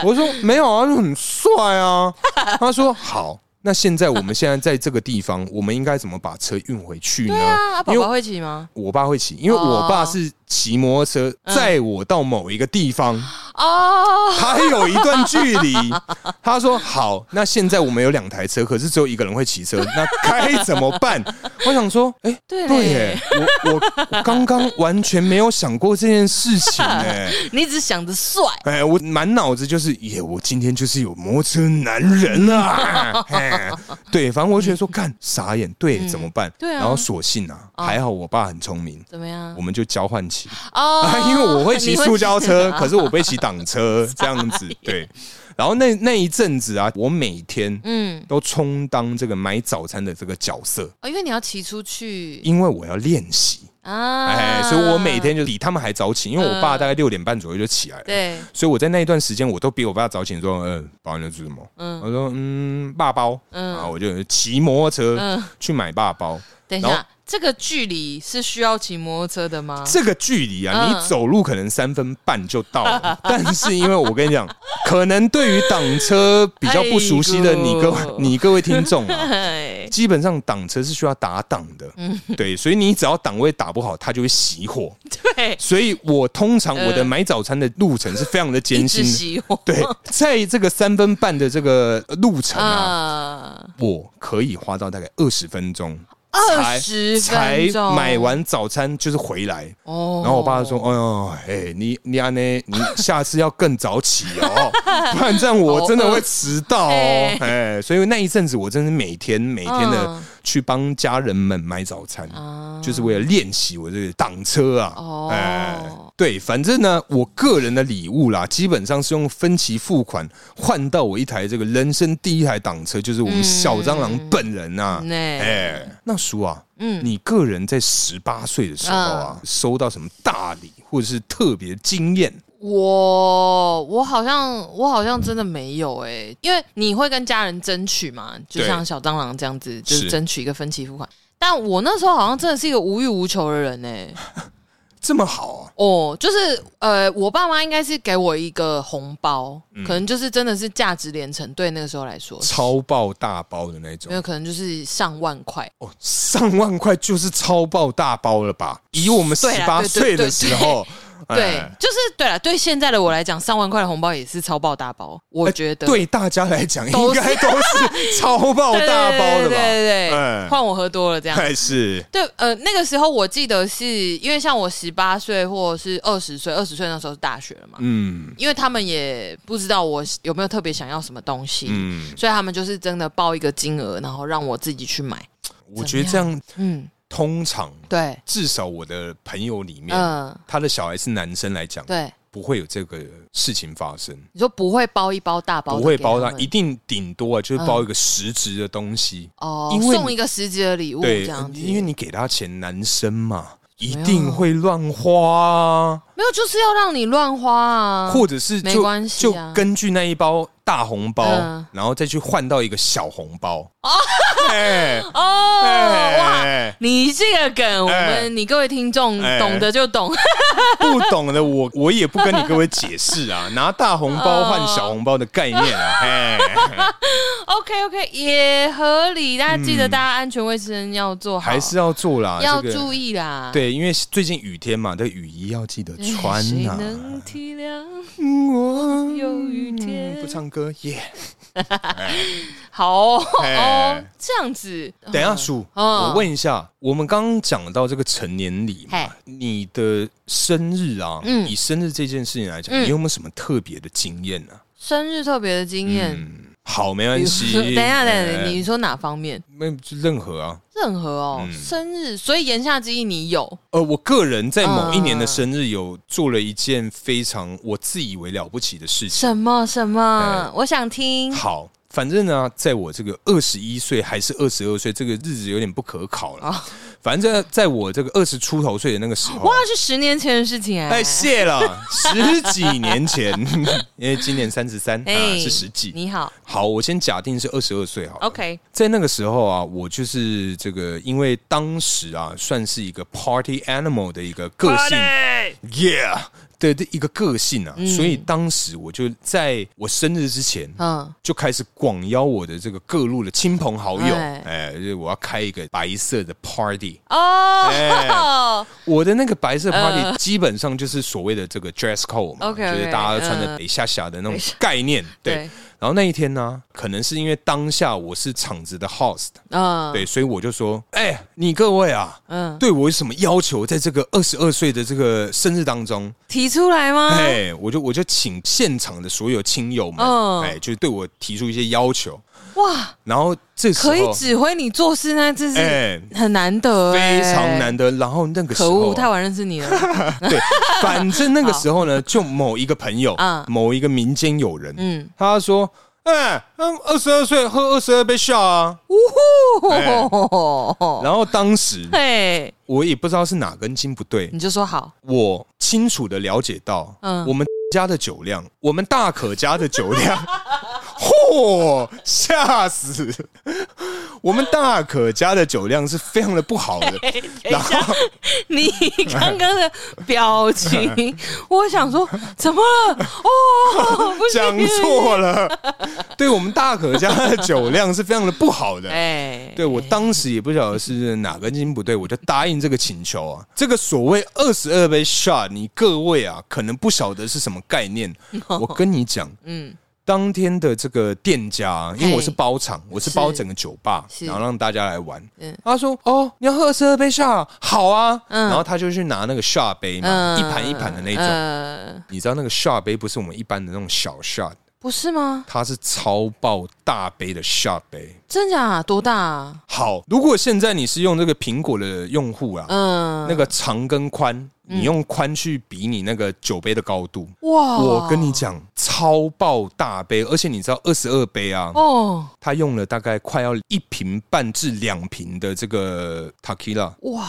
A: 我说：“没有啊，就很帅啊。” 他说：“好，那现在我们现在在这个地方，我们应该怎么把车运回去呢？”
B: 啊，宝
A: 因为
B: 宝会骑吗？
A: 我爸会骑，因为我爸是骑摩托车
B: 嗯
A: 载我到某一个地方，
B: 哦，
A: 他有一段距离。他说：“好，那现在我们有两台车，可是只有一个人会骑车，那该怎么 办？”我想说，哎、
B: 对
A: 对
B: 嘞
A: 耶，我我我刚刚完全没有想过这件事情 哎。
B: 你只想着帅，
A: 哎，我满脑子就是，耶！我今天就是有摩托车男人 啊！哎对，反正我就觉得说，干傻眼，对，怎么办？
B: 对啊
A: 然后索性啊，还好我爸很聪明，
B: 怎么样
A: 我？们就交换骑。
B: 哦
A: 啊，因为我会骑塑 胶车，可
B: 是
A: 是我不会骑挡 车，这样子对。然后那那一阵子啊，我每天
B: 嗯，
A: 都充当这个买早餐的这个角色，
B: 哦，因为你要骑出去
A: 因为我要练习，
B: 啊，嗯
A: 哎，所以我每天就比他们还早起，因为我爸大概六点半左右就起来了。
B: 对，
A: 所以我在那一段时间，我都比我爸早起说，呃，爸你要吃什么？
B: 嗯
A: 我说，嗯，爸包。
B: 嗯
A: 然后我就骑摩托车
B: 嗯，
A: 去买爸包。
B: 等一
A: 然
B: 下
A: 后，
B: 这个距离是需要骑摩托车的吗？
A: 这个距离啊，
B: 嗯
A: 你走路可能三分半就到了， 但是因为我跟你讲，可能对于挡车比较不熟悉的你各位
B: 哎呦
A: 你各位听众啊，
B: 哎
A: 基本上挡车是需要打档的，
B: 嗯
A: 对，所以你只要档位打不好，它就会熄火。
B: 对，
A: 所以我通常
B: 嗯
A: 我的买早餐的路程是非常的
B: 一
A: 艰
B: 直
A: 辛的，
B: 喜欢
A: 对，在这个三分半的这个路程啊，
B: 啊，
A: 我可以花到大概二十分钟。
B: 二
A: 才
B: 十
A: 才
B: 分钟
A: 买完早餐就是回来。
B: 哦
A: 然后我爸就说：“哎呦，哎，你你安呢？你下次要更早起哦， 不然这样我真的会迟到哦
B: 哎。”
A: 哎，所以那一阵子我真是每天每天的
B: 嗯
A: 去帮家人们买早餐，
B: 啊
A: 就是为了练习我这个挡车啊。
B: 哦
A: 哎，对，反正呢，我个人的礼物啦，基本上是用分期付款换到我一台这个人生第一台挡车，就是我们小蟑螂本人呐、啊。
B: 嗯
A: 哎、那叔啊，
B: 嗯
A: 你个人在十八岁的时候啊，收到什么大礼或者是特别经验？
B: 我我好像我好像真的没有哎、因为你会跟家人争取嘛，就
A: 对
B: 像小蟑螂这样子，就是是争取一个分期付款。但我那时候好像真的是一个无欲无求的人哎、
A: 这么好啊？
B: 哦，就是呃，我爸妈应该是给我一个红包，可能就是真的是价值连城，对那个时候来说，
A: 嗯超爆大包的那种
B: 没有可能就是上万块。
A: 哦，上万块就是超爆大包了吧？以我们十
B: 对啊
A: 八
B: 对
A: 岁
B: 对
A: 的
B: 对
A: 时候，
B: 对
A: 哎，
B: 就是对了，对现在的我来讲，上万块的红包也是超爆大包，我觉得。
A: 哎对大家来讲应
B: 都是
A: 该都是 超爆
B: 对对
A: 大包的
B: 对对
A: 吧？
B: 对
A: 哎
B: 对对，换我喝多了这样。
A: 还是
B: 对，呃，那个时候我记得是因为像我十八岁或者是二十岁，二十岁那时候是大学了嘛，
A: 嗯
B: 因为他们也不知道我有没有特别想要什么东西，
A: 嗯，
B: 所以他们就是真的报一个金额，然后让我自己去买。
A: 我觉得这样
B: 嗯，
A: 通常
B: 对，
A: 至少我的朋友里面，
B: 嗯，
A: 他的小孩是男生来讲，
B: 对，
A: 不会有这个事情发生，
B: 你说不会包一包大包的
A: 不会
B: 给们，嗯
A: 包他，一定顶多啊就是包一个实质的东西，
B: 哦，
A: 因为
B: 送一个实际的礼物哦这
A: 对
B: 样，子，啊
A: 因为你给他钱，男生嘛。一
B: 么样
A: 定会乱花、啊，
B: 没有就是要让你乱花啊，
A: 或者是
B: 没
A: 就、
B: 关系
A: 就
B: 啊
A: 根据那一包大红包，
B: 嗯
A: 然后再去换到一个小红包。 哎
B: 哦，哇。
A: 哎
B: 你这个梗，我
A: 哎
B: 们你各位听众
A: 哎
B: 懂得就懂，
A: 不懂的 我我也不跟你各位解释啊，拿大红包换小红包的概念啊，哎，
B: OK OK，也合理。大家记得
A: 嗯
B: 大家安全卫生要做 好，
A: 还是要做啦，
B: 要
A: 这个
B: 注意啦。
A: 对，因为最近雨天嘛，这雨衣要记得
B: 哎，
A: 穿啊
B: 谁
A: 呐、
B: 能体谅？
A: 我
B: 有雨天
A: 不唱歌耶。
B: 好哦，
A: 哎
B: 哦这样子。
A: 等一下，叔，
B: 嗯
A: 我问一下，我们刚刚讲到这个成年礼嘛
B: 嘿，
A: 你的生日啊，
B: 嗯
A: 以生日这件事情来讲，
B: 嗯
A: 你有没有什么特别的经验呢、
B: 生日特别的经验，
A: 嗯，好，没
B: 比
A: 关
B: 如
A: 系。
B: 说等一下，等一下，
A: 哎
B: 你说哪方面？
A: 没就任何啊。
B: 任何哦，
A: 嗯
B: 生日，所以言下之意你有
A: 呃，我个人在某一年的
B: 嗯
A: 生日有做了一件非常我自以为了不起的事情。
B: 什么什么？我想听。
A: 哎好，反正呢，在我这个二十一岁还是二十二岁，这个日子有点不可考
B: 哦
A: 了。反正在我这个二十出头岁的那个时候啊
B: 哇，，是十年前的事情哎
A: 哎，。谢了，十几年 前，因为今年三十三啊，
B: 哎
A: 是十几。
B: 你哦好
A: 好，我先假定是二十二岁好了。
B: ，OK，
A: 在那个时候啊，我就是这个，因为当时啊，算是一个 party animal 的一个个性 yeah 的的一个个性啊，所以当时我就在我生日之前，
B: 嗯，
A: 就开始广邀我的这个各路的亲朋好友，
B: 哎
A: 哎，就是我要开一个白色的 party。
B: 哦，
A: 我的那个白色 party 基本上就是所谓的这个 dress code 嘛，就
B: 呃 OK，OK，
A: 是大家穿的
B: 嗯
A: 北下下的那种
B: 等一下
A: 概念。对
B: 对，
A: 然后那一天呢，可能是因为当下我是场子的 host，
B: 嗯，
A: 对，所以我就说，哎，你各位啊，
B: 嗯，
A: 对我有什么要求，在这个二十二岁的这个生日当中，
B: 提出来吗？
A: 哎，我就我就请现场的所有亲友们，
B: 嗯
A: 哎，就对我提出一些要求。
B: 哇，
A: 然后这时候
B: 可以指挥你做事呢，这是
A: 哎，
B: 很难得、哎
A: 非常。难得。然后那个时
B: 可
A: 候
B: 恶，
A: 啊、
B: 太晚认识 你了。
A: 对，反正那个时候呢，就某一个朋 友
B: 嗯，
A: 某一个民间友人，
B: 嗯，
A: 他说：“哎，嗯，二十二岁喝二十二杯下啊。
B: 呜呼”，
A: 然后当时
B: 嘿，
A: 我也不知道是哪根筋不对
B: 你，就说好，
A: 我清楚的了解到，
B: 嗯
A: 我们家的酒量，我们大可家的酒量， 嚯，吓死！我们大可家的酒量是非常的不好 的，
B: 哎
A: 然后。
B: 你刚刚的表情， 我想说怎么了？ 哦，不行
A: 讲，错了，对我们大可家的酒量是非常的不好的。
B: 哎，
A: 对我当时也不晓得是哪根筋不对，我就答应这个请求啊。这个所谓二十二 杯 shot，你各位啊，可能不晓得是什么概念。我跟你讲，
B: 嗯，
A: 当天的这个店家，因为我是包场，我是包
B: 是
A: 整个酒吧，
B: 哎是
A: 然后让大家来玩
B: 嗯。
A: 他说：“哦，你要喝二十二杯下，好啊。”
B: 嗯
A: 然后他就去拿那个下杯嘛，一盘一盘的那种。
B: 呃，
A: 你知道那个下杯不是我们一般的那种小下，
B: 不是吗？
A: 它是超爆大杯的下杯。
B: 真假、多大、啊？
A: 好，如果现在你是用这个苹果的用户啊，
B: 嗯，
A: 那个长跟宽，你用宽去比你那个酒杯的高度，
B: 哇，
A: 我跟你讲，超爆大杯，而且你知道二十二杯啊，
B: 哦，
A: 他用了大概快要一瓶半至两瓶的这个 tequila，
B: 哇，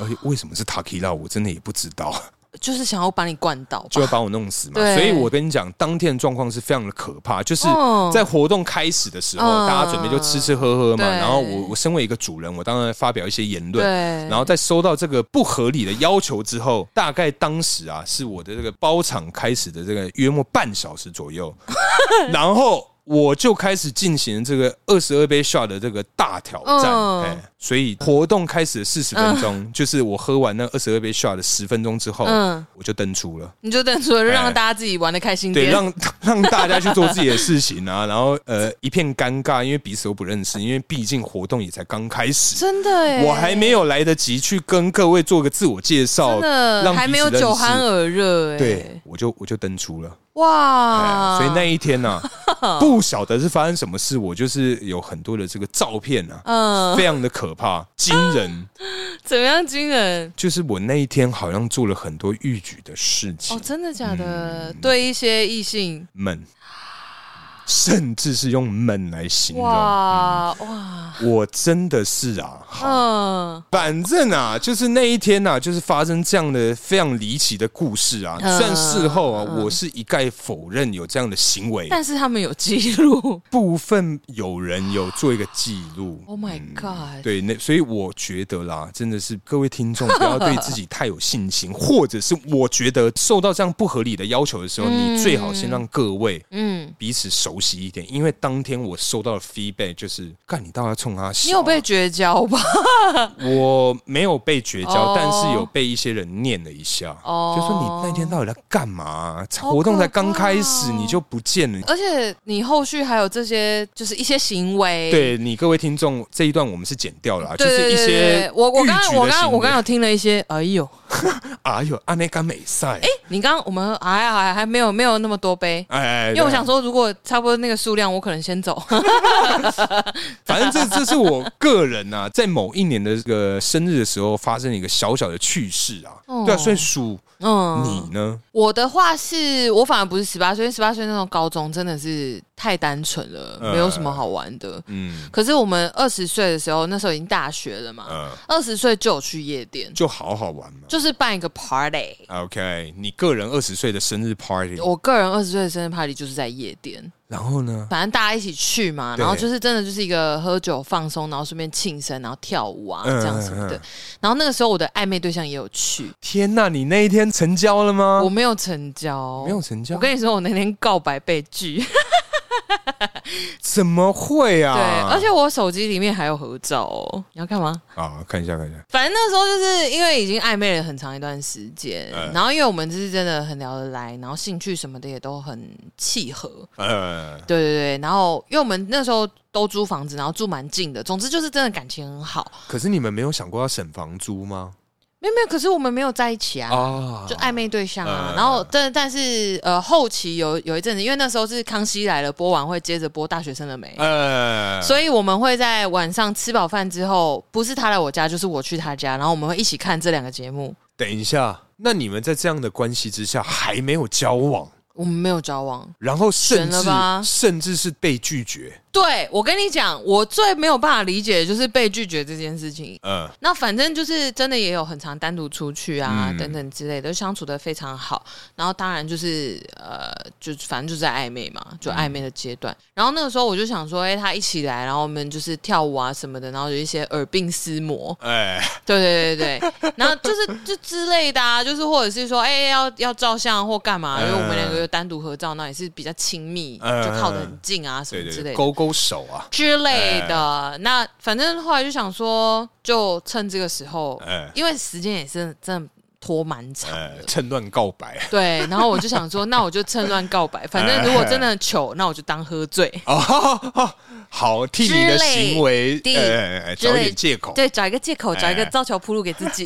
A: 而且为什么是 tequila，我真的也不知道，
B: 就是想要把你灌倒吧，
A: 就要把我弄死嘛。
B: 对
A: 所以我跟你讲，当天的状况是非常的可怕，就是
B: 哦
A: 在活动开始的时候，
B: 嗯
A: 大家准备就吃吃喝喝嘛，
B: 对
A: 然后我我身为一个主人，我当然发表一些言
B: 对，
A: 论。然后在收到这个不合理的要求之后，大概当时啊，是我的这个包场开始的这个约莫半小时左 右，然后我就开始进行这个二十二杯 shot 的这个大挑战。
B: 嗯
A: 哎，所以活动开始的四十分钟，就是我喝完那二十二杯 shot 的十分钟之后，
B: 嗯
A: 我就登出了。
B: 你就等说让
A: 哎
B: 大家自己玩的开心
A: 对，
B: 点，
A: 让 让大家去做自己的事情啊，然后呃一片尴尬，因为彼此都不认识，因为毕竟活动也才刚开始，
B: 真的哎，
A: 我还没有来得及去跟各位做个自我介绍，
B: 真的
A: 让
B: 还没有
A: 彼此认
B: 酒
A: 识
B: 酣耳热哎，
A: 对，我就我就登出了。
B: 哇，
A: 哎，
B: 啊
A: 所以那一天 呢、不晓得是发生什么事，我就是有很多的这个照片啊，
B: 嗯，
A: 非常的可怕、惊人。
B: 怎么样惊人？
A: 就是我那一天好像做了很多逾矩的事情
B: 哦，，真的假的？对一些异性，
A: 闷，甚至是用闷来形容。
B: 哇哇，
A: 我真的是啊，好
B: 嗯，
A: 反正啊，就是那一天啊，就是发生这样的非常离奇的故事啊。
B: 嗯
A: 虽然事后啊，我是一概否认有这样的行为，
B: 但是他们有记录
A: 部分有人有做一个记录。
B: ，Oh my God，
A: 对，那所以我觉得啦，真的是各位听众不要对自己太有信心，或者是我觉得受到这样不合理的要求的时候，
B: 嗯
A: 你最好先让各位
B: 嗯，
A: 彼此熟悉一点，因为当天我收到的 feedback 就是，干你到底要冲他笑啊，
B: 你有被绝交吧？
A: 我没有被绝交，
B: 哦
A: 但是有被一些人念了一下，
B: 哦
A: 就说你那天到底在干嘛啊、
B: 可怕
A: 活动才刚开始你就不见了。
B: 而且你后续还有这些，就是一些行为，
A: 对你各位听众，这一段我们是剪掉了啊，就
B: 对。
A: 是
B: 对
A: 一
B: 对对
A: 些
B: 对，我我刚刚我刚刚我刚刚
A: 刚
B: 有听了一些，哎呦，
A: 哎呦，阿内甘美赛，哎
B: 你刚刚我们哎呀还还没有没有那么多杯，
A: 哎，
B: 因为我想
A: 对，
B: 说如果差不多那个数量，我可能 先走。
A: 反正 这这是我个人啊，在某一年的这个生日的时候发生了一个小小的趣事啊，
B: 哦
A: 对啊，所以属
B: 嗯，
A: 你呢？
B: 我的话是我反而不是十八岁，十八岁那种高中真的是太单纯了，
A: 嗯
B: 没有什么好玩的。
A: 嗯
B: 可是我们二十岁的时候，那时候已经大学了嘛，
A: 呃，
B: 二十岁就有去夜店，
A: 就好好玩嘛。
B: 就是办一个 party。
A: OK，你个人二十岁的生日 party，
B: 我个人二十岁的生日 party 就是在夜店，
A: 然后呢？
B: 反正大家一起去嘛，
A: 对
B: 然后就是真的就是一个喝酒放松，然后顺便庆生，然后跳舞啊
A: 嗯
B: 这样什么
A: 嗯
B: 的
A: 嗯。
B: 然后那个时候我的暧昧对象也有去，
A: 天呐，你那一天成交了吗？
B: 我没有成交，
A: 啊没有。成交，
B: 我跟你说，我那天告白被拒。
A: 怎么会啊？
B: 对，而且我手机里面还有合照哦。你要干嘛？
A: 啊，看一下看一下，
B: 反正那时候就是因为已经暧昧了很长一段时间，
A: 嗯
B: 然后因为我们就是真的很聊得来，然后兴趣什么的也都很契合。
A: 呃，
B: 对对对，然后因为我们那时候都租房子，然后住蛮近的，总之就是真的感情很好。
A: 可是你们没有想过要省房租吗？
B: 没有没有，可是我们没有在一起啊。
A: 啊
B: 就暧昧对象啊，
A: 嗯
B: 然后但但是呃，后期有有一阵子，因为那时候是《康熙来了》播完会接着播《大学生了没》，
A: 呃，
B: 所以我们会在晚上吃饱饭之后，不是他来我家，就是我去他家，然后我们会一起看这两个节目。
A: 等一下，那你们在这样的关系之下还没有交往，
B: 我们没有交往。
A: 然后甚
B: 选了
A: 至
B: 吧
A: 甚至是被拒绝，
B: 对我跟你讲，我最没有办法理解的就是被拒绝这件事情。
A: 呃，
B: 那反正就是真的也有很常单独出去啊，
A: 嗯
B: 等等之类的，相处的非常好。然后当然就是呃，就反正就是在暧昧嘛，
A: 嗯
B: 就暧昧的阶段。然后那个时候我就想说，哎、他一起来，然后我们就是跳舞啊什么的，然后有一些耳鬓厮磨，
A: 哎，
B: 对对对对 对，然后就是就之类的啊，就是或者是说，哎、要要照相或干嘛，因为我们两个有单独合照，那也是比较亲密，
A: 嗯
B: 就靠得很近啊，什
A: 对
B: 么
A: 对
B: 之
A: 对，
B: 类的。
A: 勾勾手啊，
B: 之类
A: 哎
B: 的，那反正后来就想说，就趁这个时候，
A: 哎
B: 因为时间也是真的拖蛮长
A: 呃，
B: 的。
A: 趁乱告白
B: 对，然后我就想说，那我就趁乱告白，反
A: 哎
B: 正如果真的糗，那我就当喝醉，
A: 哦， 好替你的行为
C: 之类的
A: 呃
C: 之类
A: 找点借口，
C: 对，找一个借口，找一个
A: 哎
C: 造桥铺路给自己。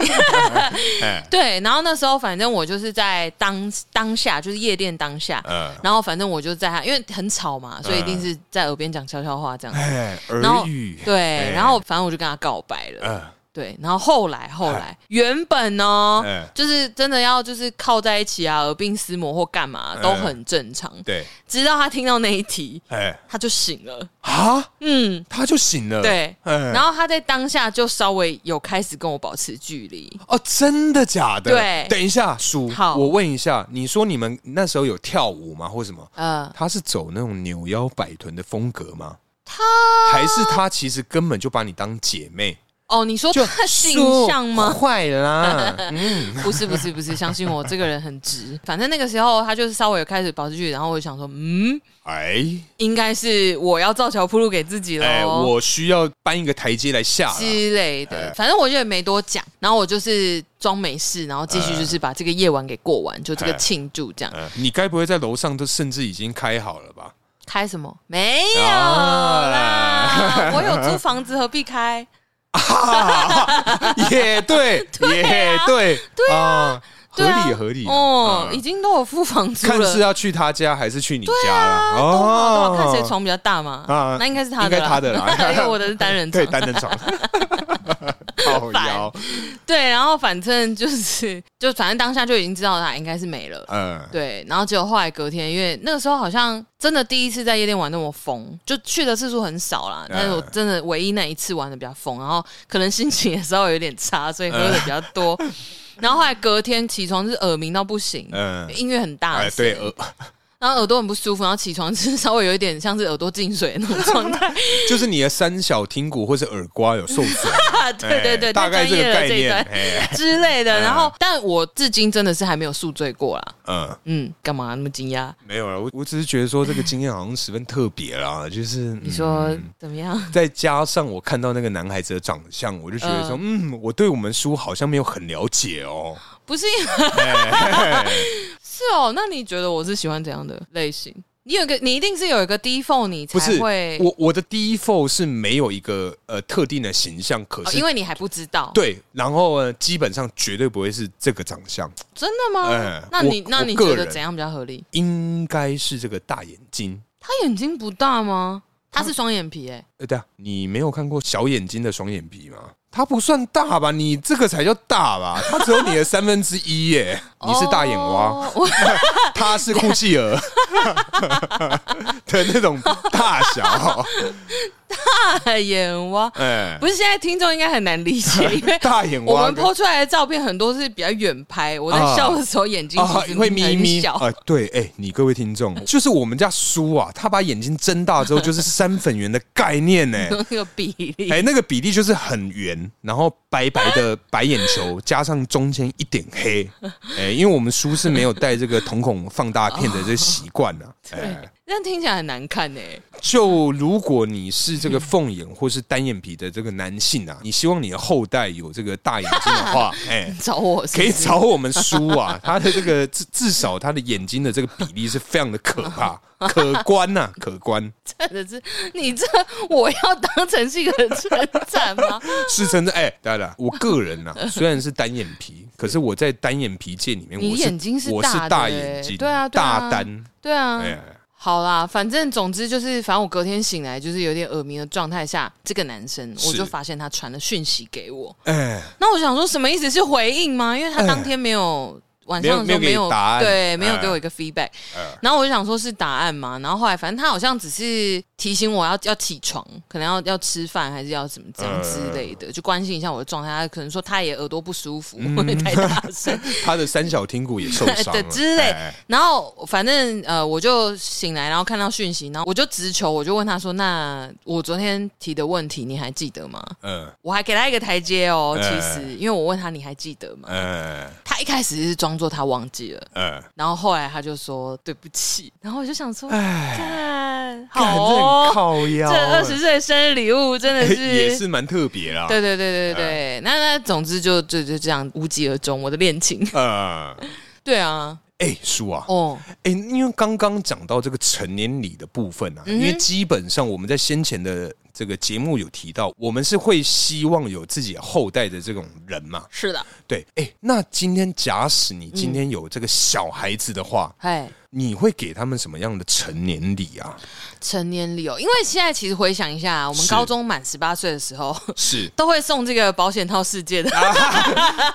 A: 哎
B: 对。然后那时候反正我就是在当当下，就是夜店当下，
A: 呃
B: 然后反正我就在他，因为很吵嘛，所以一定是在耳边讲悄悄话这样。
A: 哎
B: 然后
A: 耳语，
B: 对
A: 哎，
B: 然后反正我就跟他告白了。
A: 呃
B: 对，然后后来后来，原本呢、
A: 哎
B: 就是真的要就是靠在一起啊，耳鬓厮磨或干嘛都很正常。
A: 哎对，
B: 直到他听到那一题，
A: 哎
B: 他就醒了。
A: 啊，
B: 嗯，
A: 他就醒了，
B: 对。
A: 哎，
B: 然后他在当下就稍微有开始跟我保持距离。
A: 哦，真的假的？
B: 对
A: 等一下，叔，
B: 好
A: 我问一下，你说你们那时候有跳舞吗，或什么？
B: 呃，
A: 他是走那种扭腰摆臀的风格吗？他还是他其实根本就把你当姐妹，
B: 哦，你说
A: 就
B: 他形
A: 叔
B: 象吗？
A: 坏 啦，嗯，
B: 不是不是不是，相信我，这个人很直。反正那个时候他就是稍微有开始保持距离，然后我就想说，嗯，
A: 哎
B: 应该是我要造桥铺路给自己了。
A: 哎，我需要搬一个台阶来下啦。
B: 之类
A: 哎
B: 的，反正我觉得没多讲，然后我就是装没事，然后继
A: 哎
B: 续就是把这个夜晚给过完，就这个庆祝这样。
A: 嗯你该不会在楼上都甚至已经开好了吧？
B: 开什么？没有
A: 啊哎
B: 啦，我有租房子，何必开？
A: 也对， 也对，对啊，合
B: 对啊
A: 理合理
B: 哦，
A: 嗯
B: 已经都有付房租
A: 看是
B: 了。啊
A: 要去他家还是去你家啊哦啦？
B: 都好，都好看谁床比较大嘛？
A: 啊
B: 那应该是他的，
A: 应该他的 啦
B: 因为我的是单人
A: 对
B: 床。
A: 单人床， 好腰，
B: 对，然后反正就是，就反正当下就已经知道他应该是没了。
A: 嗯，
B: 对，然后结果后来隔天，因为那个时候好像真的第一次在夜店玩那么疯，就去的次数很少啦。但是
A: 嗯
B: 我真的唯一那一次玩的比较疯，然后可能心情也稍微有点差，所以喝的比较多。 然后后来隔天起床就是耳鸣到不行，
A: 嗯
B: 音乐很大
A: 哎，
B: 声，
A: 对，呃，
B: 然后耳朵很不舒服，然后起床就是 稍微有一点像是耳朵进水那种状态。
A: 就是你的三小听骨或是耳瓜有受 损，
B: 啊对对
A: 哎
B: 对，
A: 大
B: 太
A: 概
B: 专
A: 这个
B: 业了
A: 概
B: 这一
A: 念，
B: 段
A: 哎，
B: 之类的。然后，但我至今真的是还没有宿醉过啦。
A: 嗯，
B: 嗯，干嘛那么惊讶？
A: 没有了，啊我我只是觉得说这个经验好像十分特别啦，就是
B: 你说
A: 嗯
B: 怎么样？
A: 再加上我看到那个男孩子的长相，我就觉得说，嗯，我对我们叔好像没有很了解哦，
B: 不是因为，
A: 哎
B: 是哦。那你觉得我是喜欢怎样的类型？你有一个，你一定是有一个 default，你
A: 不
B: 才
A: 是
B: 会，
A: 我我的 default 是没有一个呃特定的形象，可
B: 哦
A: 是
B: 因为你还不知道，，
A: 对，然后呢，基本上绝对不会是这个长相，
B: 真的吗？
A: 哎
B: 那你
A: 我
B: 那
A: 我
B: 你
A: 个
B: 觉得
A: 人
B: 怎样比较合理？
A: 应该是这个大眼睛。
B: 他眼睛不大吗？他是双眼皮、哎，
A: 呃，对啊，你没有看过小眼睛的双眼皮吗？它不算大吧？你这个才叫大吧？它只有 你的三分之一耶！你是大眼蛙，
B: 哦我
A: 它是酷气 儿的那种大小。
B: 大眼蛙。
A: 哎，
B: 不是，现在听众应该很难理 解，因为
A: 大眼
B: 我
A: 蛙
B: 们
A: 跟，
B: 剖出来的照片很多是比较远拍，我在
A: 啊
B: 笑的时候眼睛
A: 啊
B: 其实
A: 会眯眯
B: 很小，嗯
A: 啊，对，哎，你各位听众，就是我们家叔啊，他把眼睛睁大之后，就是三粉圆的概念 呢。
B: 用 那个比例。
A: 哎、那个比例就是很圆，然后白白的 白眼球，加上中间一点黑。哎、因为我们叔是没有戴这个瞳孔放大片的这个习惯 的。哎、
B: 但听起来很难看哎、
A: 就如果你是这个凤眼或是单眼皮的这个男性啊，你希望你的后代有这个大眼睛的 话，哎、
B: 找我是
A: 可
B: 不
A: 以
B: 是
A: 找我们叔 啊，他的这个至至少他的眼睛的这个比例是非常的可 怕、可观呐、可观
B: 真 的是，你这我要当成是一个称赞吗？
A: 是真的。哎、当然，我个人呐、 啊，虽然是单眼皮，可是我在单眼皮界里面，
B: 你
A: 我是
B: 眼睛是
A: 我
B: 大的
A: 是大
B: 欸
A: 眼睛，
B: 对啊对啊
A: 大单，
B: 对啊，
A: 哎、
B: 好啦，反正总之就是，反正我隔天醒来就是有点耳鸣的状态下，这个男生
A: 是
B: 我就发现他传了讯息给我，
A: 哎，
B: 那我想说什么意思是回应吗？因为他
A: 哎
B: 当天没有。晚上的时
A: 没有
B: 候
A: 没有给你
B: 没有
A: 答案
B: 对，没有
A: 哎
B: 给我一个 feedback，、
A: 哎
B: 然后我就想说是答案嘛，然后后来反正他好像只是提醒我要要起床，可能要要吃饭还是要怎么这样
A: 呃
B: 之类的，就关心一下我的状态。他可能说他也耳朵不舒服，
A: 嗯
B: 因为太大声，
A: 他的三小听骨也受伤了
B: 对 之类
A: 哎
B: 然后反正呃，我就醒来，然后看到讯息，然后我就直球，我就问他说：“那我昨天提的问题你还记得吗
A: 嗯？”
B: 我还给他一个台阶哦，
A: 哎
B: 其实因为我问他你还记得吗？
A: 嗯
B: 他一开始是装当做他忘记了。
A: 呃，
B: 然后后来他就说对不起，然后我就想说，看好
A: 哎干这
B: 哦
A: 很，靠腰
B: 这
A: 欸，
B: 二十岁的生日礼物真的 是
A: 也是哎蛮特别啦。
B: 对对对对对，那那总之就就就这样无疾而终，我的恋情。
A: 呃，
B: 对啊，
A: 哎，叔啊，
B: 哦，
A: 哎、因为刚刚讲到这个成年礼的部分啊，
B: 嗯
A: 因为基本上我们在先前的这个节目有提到，我们是会希望有自己后代的这种人嘛。
B: 是的，
A: 对，哎、那今天假使你今天有这个小孩子的话，
B: 哎，
A: 你会给他们什么样的成年礼啊？
B: 成年礼哦，因为现在其实回想一下，啊我们
A: 是
B: 高中满十八岁的时候。
A: 是
B: 都会送这个保险套世界的，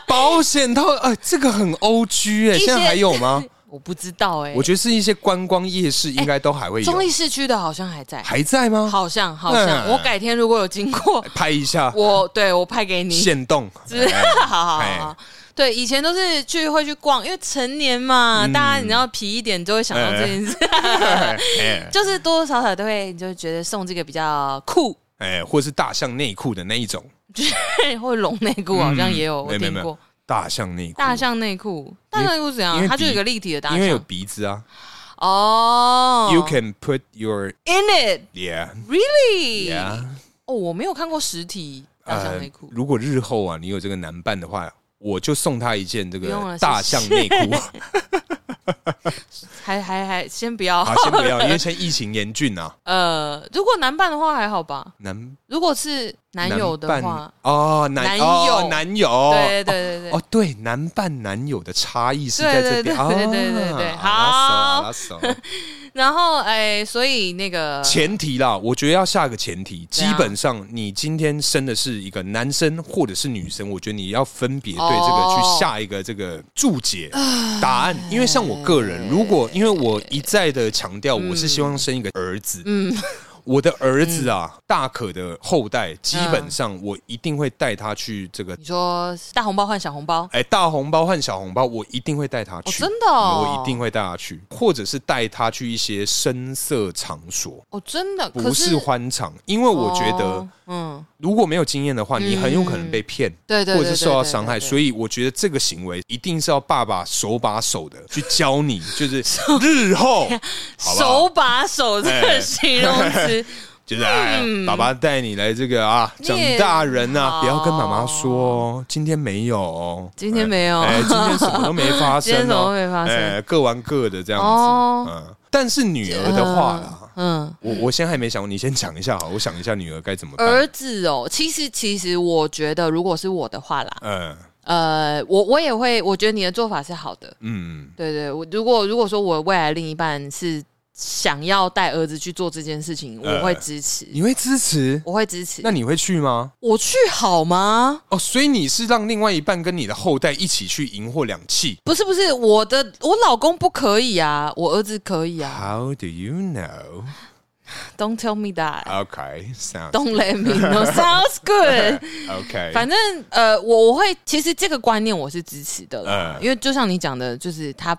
A: 保险套，哎、这个很 O G 哎、
B: 一些
A: 现在还有 吗？
B: 我不知道哎、
A: 我觉得是一些观光夜市应该都还会有，
B: 中立市区的好像还在，
A: 还在吗？
B: 哎好像好像，
A: 嗯
B: 我改天如果有经 过，
A: 拍一下
B: 我对我拍给你。
A: 现动，
B: 之好好
A: 哎
B: 好好，对，以前都是去会去逛，因为成年嘛，
A: 嗯
B: 大家你知道皮一点就会想到这件事，
A: 哎哎
B: 就是多多少少都会，你就会觉得送这个比较酷，
A: 哎，或者是大象内裤的那一种，
B: 或者龙内裤好像也有、
A: 嗯
B: 我
A: 没没
B: 听
A: 没
B: 过，
A: 大象内裤，
B: 大象内裤，大象内裤是怎
A: 因
B: 样？
A: 为
B: 它就有
A: 鼻
B: 一个立体的大
A: 因为有
B: 象
A: 鼻子啊。
B: 哦。
A: You can put your
B: in it
A: yeah
B: really？
A: yeah 呃
B: 哦，我没有看过实体大象内裤，
A: 如果日后啊，你有这个男伴的话，我就送他一件这
B: 不用了
A: 个
B: 谢谢
A: 大象内裤
B: 还还还先不要
A: 啊。，先不要，因为现在疫情严峻啊。
B: 呃，如果男伴的话还好吧，
A: 男
B: 如果是 男友的
A: 伴
B: 话，
A: 哦，男
B: 男友
A: 哦男友，
B: 对对对对
A: 哦，对，男伴男友的差异是在这边，啊
B: 对对对对对对
A: 拉
B: 好
A: 手拉手。
B: 对，然后哎，所以那个
A: 前提啦，我觉得要下个前提，基
B: 怎样
A: 本上你今天生的是一个男生或者是女生，我觉得你要分别对这个
B: 哦
A: 去下一个这个注解
B: 啊
A: 答案。因为像我个人，如果因为我一再的强调，
B: 嗯
A: 我是希望生一个儿子，嗯。我的儿子啊，
B: 嗯
A: 大可的后代，基本上我一定会带他去这个，
B: 你说大红包换小红包，
A: 哎、大红包换小红包，我一定会带他去，
B: 哦真的哦
A: 我一定会带他去，或者是带他去一些声色场所，
B: 哦，真的，可
A: 不是欢场，因为我觉得
B: 哦，嗯，
A: 如果没有经验的话，你很有可能被骗。
B: 对对对，
A: 或者是受到伤害，所
B: 以
A: 以我觉得这个行为一定是要爸爸手把手的去教 你，就是日后，好不好
B: 手？把手这
A: 哎
B: 个形容词，
A: 就是哎，爸爸带你来这个啊，
B: 你
A: 长
B: 嗯也
A: 大人啊，
B: 好
A: 不要跟妈妈说哦，今天没有哦，
B: 今天没有
A: 哎，哎今天什么都没发
B: 今天
A: 生
B: 什么都
A: 哦，
B: 没发生
A: 哎，各玩各的这样
B: 哦
A: 子，嗯。但是女儿的话啦，
B: 嗯。
A: 我我现在还没想，你先讲一下好，我想一下女儿该怎么办。
B: 儿子哦，其实其实我觉得，如果是我的话啦，
A: 嗯
B: 呃，我我也会，我觉得你的做法是好的，
A: 嗯，
B: 对对，我如果如果说我未来另一半是想要带儿子去做这件事情，
A: 呃
B: 我会支持，
A: 你会支持？
B: 我会支持
A: 那。你会去吗？
B: 我去好吗？
A: 哦，所以你是让另外一半跟你的后代一起去赢获两气
B: 不是不是，我的我老公不可以啊，我儿子可以啊。
A: ？How do you know?
B: Don't tell me that.
A: 啊 OK, sound
B: Don't let me know. Sounds good.
A: OK。
B: 反正呃，我我会其实这个观念我是支持的啦，
A: 嗯
B: 因为就像你讲的，就是他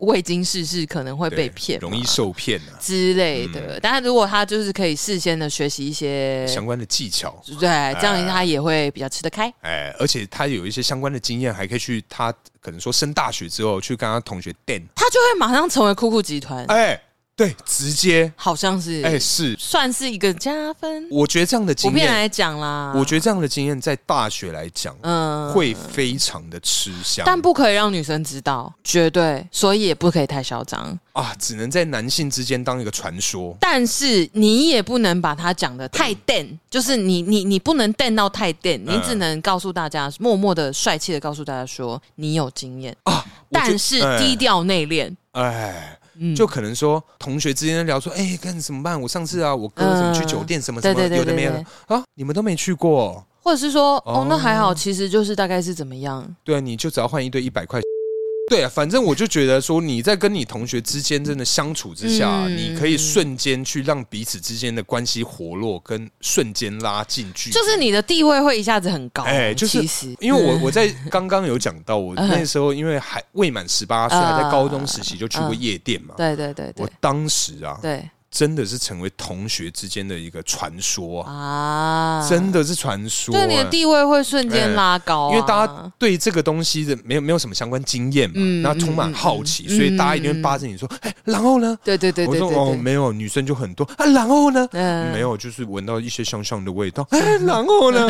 B: 未经世事可能会
A: 对
B: 被骗嘛，
A: 容易受骗啊，
B: 之类的。但是如果他就是可以事先的学习一些，
A: 相嗯关的技巧，
B: 对，这样他也会比较吃得开。
A: 哎，而且他有一些相关的经验，还可以去他可能说升大学之后去跟他同学电，
B: 他就会马上成为酷酷集团，
A: 哎，对，直接，
B: 好像是，
A: 哎，是，
B: 算是一个加分。
A: 我觉得这样的
B: 普
A: 经
B: 遍
A: 验，
B: 来讲啦，
A: 我觉得这样的经验在大学来讲
B: 啊嗯
A: 会非常的吃香，
B: 但不可以让女生知道，绝对，所以也不可以太嚣张。
A: 啊，只能在男性之间当一个传说。
B: 但是你也不能把它讲的
A: 嗯
B: 太电，就是你你你不能电到太电，你只能告诉大家，默默的帅气的告诉大家说你有经验，
A: 啊我觉
B: 但是低调内敛。嗯
A: 哎，就可能说同学之间聊说，哎、看怎么办？我上次啊，我哥
B: 嗯
A: 怎么去酒店，什么什
B: 对
A: 么，
B: 对对
A: 有的没有
B: 对
A: 的啊，你们都没去过，
B: 或者是说，哦
A: 哦，
B: 那还好，其实就是大概是怎么样？
A: 对啊，你就只要换一堆一百块。对啊，反正我就觉得说，你在跟你同学之间真的相处之下，
B: 嗯
A: 你可以瞬间去让彼此之间的关系活络，跟瞬间拉近距离。
B: 就是你嗯的地位会一下子很高，
A: 哎就是
B: 其实
A: 因为我我在刚刚有讲到，
B: 嗯
A: 我那时候因为
B: 嗯
A: 还未满十八岁，还在高中时期就去过夜店嘛。
B: 对对对
A: 我
B: 对
A: 当时啊，
B: 对，
A: 真的是成为同学之间的一个传说啊，
B: 啊，
A: 真的是传说、
B: 对你的
A: 哎
B: 地位会瞬间拉高、啊
A: 因为大家对这个东西的没有没有什么相关经验嘛，
B: 嗯
A: 然后充满好奇，所以大家一定会扒着你说：“哎、然后呢？”
B: 对对对对对
A: 我说：“哦，
B: 对，
A: 没有，女生就很多啊。”然后呢？
B: 嗯
A: 没有，就是闻到一些香香的味道。哎、然后 呢？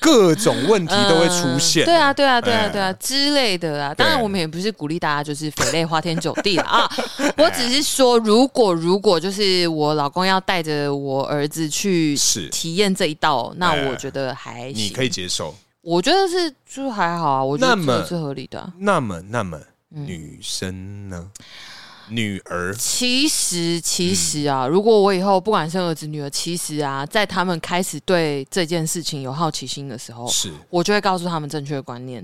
A: 各种问题都会出现。
B: 嗯对啊，对啊，对啊，
A: 哎
B: 对啊之类的啊。当然，我们也不是鼓励大家就是肥类花天酒地了啊。 我只是说，如果如果就是我老公要带着我儿子去
A: 是
B: 体验这一道，那
A: 哎
B: 我觉得还
A: 你
B: 行。
A: 可以接受。
B: 我觉得是就还好啊，我觉得
A: 那么
B: 这是合理的啊、
A: 那么，那么，
B: 嗯
A: 女生呢？女儿
B: 其实，其实
A: 嗯
B: 啊，如果我以后不管生儿子女儿，其实啊，在他们开始对这件事情有好奇心的时候，
A: 是，
B: 我就会告诉他们正确的观念，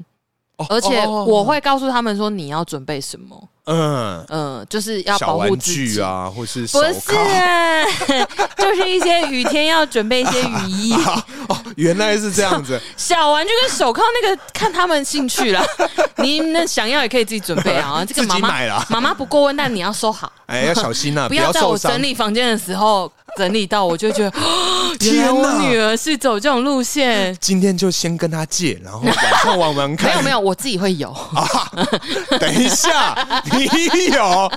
A: 哦
B: 哦而且
A: 哦
B: 我会告诉他们说你要准备什么，
A: 嗯，
B: 嗯，就是要
A: 小
B: 保
A: 玩
B: 护自
A: 具
B: 己。
A: 啊，或是手
C: 不是
A: 铐。
C: 啊， 就是一些雨天要准备一些雨 衣，
B: 啊
A: 哦，原来是这样 子。
B: 小玩具跟手铐那个，看他们兴趣啦。你那想要也可以自己准备啊。这
A: 自
B: 个
A: 己
B: 妈妈
A: 买啦
B: 妈妈不过问，但你要收好，
A: 哎，要小心啊，
B: 不
A: 要
B: 要在
A: 受
B: 我
A: 伤
B: 整。理房间的时候整理到，我就觉得，哦原来我
A: 天哪
B: 女儿是走这种路线。
A: 今天就先跟他借，然后晚上玩玩看。啊
B: 没有没有，我自己会有。
A: 有，等一下，你有，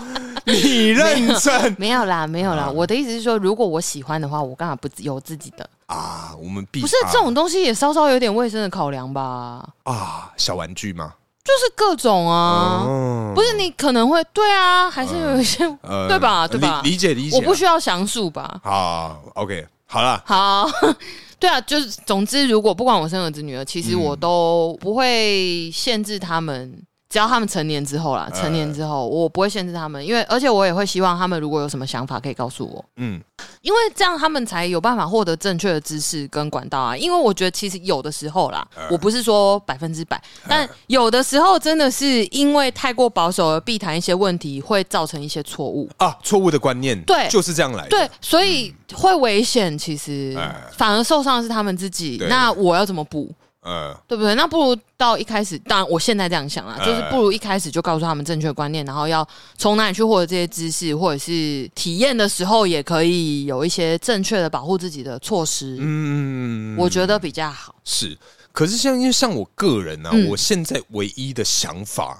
A: 你认真
B: 没有啦，没有
A: 啊
B: 啦。我的意思是说，如果我喜欢的话，我干嘛不有自己的？
A: 啊？我们必
B: 不是这种东西也稍稍有点卫生的考量吧？
A: 啊，小玩具吗？
B: 就是各种啊，
A: 哦
B: 不是你可能会对啊，还是有一些、
A: 呃
B: 对吧？对吧？
A: 理理解理解啊，
B: 我不需要详述吧？
A: 好，OK，好了，
B: 好， 对啊，就是总之，如果不管我生儿子女儿，其
A: 嗯
B: 实我都不会限制他们。只要他们成年之后啦，
A: 呃
B: 成年之后我不会限制他们，因为而且我也会希望他们如果有什么想法可以告诉我，
A: 嗯，
B: 因为这样他们才有办法获得正确的知识跟管道啊。因为我觉得其实有的时候啦，
A: 呃
B: 我不是说百分之百，但有的时候真的是因为太过保守而避谈一些问题，会造成一些错误。
A: 啊，错误的观念，
B: 对
A: 就是这样来的。
B: 对，所以会危险，其实
A: 嗯哎
B: 反而受伤的是他们自己
A: 对。
B: 那我要怎么补？
A: 呃，
B: 对不对？那不如到一开始，当然我现在这样想啦，
A: 哎
B: 就是不如一开始就告诉他们正确的观念，然后要从哪里去获得这些知识，或者是体验的时候也可以有一些正确的保护自己的措施，
A: 嗯，
B: 我觉得比较好。
A: 是。可是像因为像我个人呢、啊，
B: 嗯
A: 我现在唯一的想法，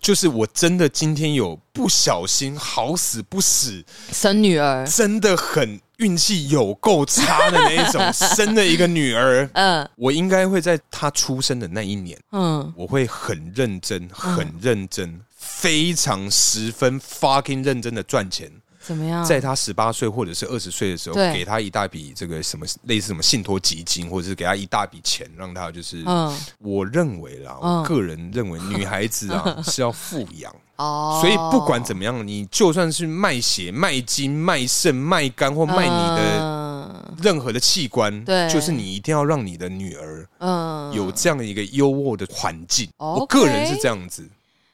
A: 就是我真的今天有不小心好死不 死，
B: 生女儿，
A: 真的很运气有够差的那一 种，生了一个女儿，
B: 嗯
A: 我应该会在她出生的那一年，
B: 嗯，
A: 我会很认真，很认真，非常十分 fucking 认真的赚钱。
B: 怎么样？
A: 在她十八岁或者是二十岁的时候，
B: 嗯对
A: 给她一大笔这个什么类似什么信托基金，或者是给她一大笔钱，让她就是，
B: 嗯
A: 我认为啦，
B: 嗯
A: 我个人认为女孩子 啊是要富养，
B: 哦，
A: 所以不管怎么样，你就算是卖血、卖精、卖肾、卖肝或卖你的
B: 嗯
A: 任何的器官，
B: 对
A: 就是你一定要让你的女儿
B: 嗯哦
A: 有这样的一个优渥的环境。
B: OK
A: 我个人是这样子，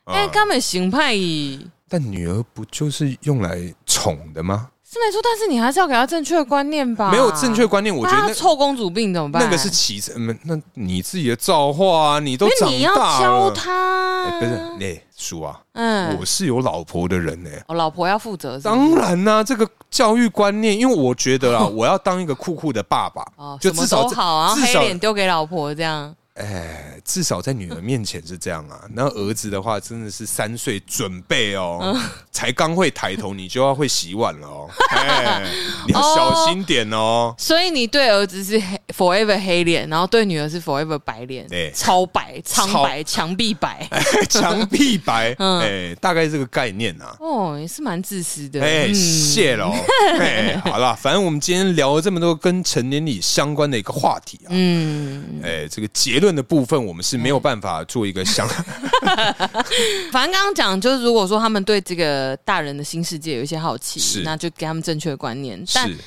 A: 啊
B: 哎，根本行派矣。
A: 但女儿不就是用来宠的吗？
B: 是没错，但是你还是要给他正确的观念吧。
A: 没有正确观念，我觉
B: 啊
A: 得
B: 那他
A: 那
B: 臭公主病怎么办？
A: 那个是其次。嗯，那你自己的造化啊，你都
B: 因
A: 长
B: 为你要
A: 大
B: 教
A: 了，
B: 他、
A: 哎不是，哎，叔啊，
B: 嗯，
A: 我是有老婆的人呢。哎
B: 我哦老婆要负责是不是
A: 当然啦、这个教育观念，因为我觉得 啊，我要当一个酷酷的爸爸，
B: 哦，
A: 就
B: 什么
A: 至少
B: 都好，然后
A: 至
B: 黑
A: 少
B: 脸丢给老婆这样。
A: 哎，至少在女儿面前是这样 啊。那儿子的话，真的是三岁准备
B: 嗯
A: 哦，才刚会抬头，你就要会洗碗了 哦。哎，你要小心点哦。
B: 所以你对儿子是黑 forever 黑脸，然后对女儿是 forever 白脸，
A: 对
B: 超白、苍
A: 超哎
B: 白、墙壁白。
A: 墙壁白，
B: 嗯
A: 哎，大概这个概念啊。
B: 哦，也是蛮自私的。
A: 哎，
B: 嗯
A: 谢 喽。哎，好啦，反正我们今天聊了这么多跟成年礼相关的一个话题啊。
B: 嗯，
A: 哎，这个结论的部分，我们是没有办法做一个 相
B: 反正刚刚讲就是，如果说他们对这个大人的新世界有一些好
A: 是
B: 奇，那就给他们正确的观念。但
A: 是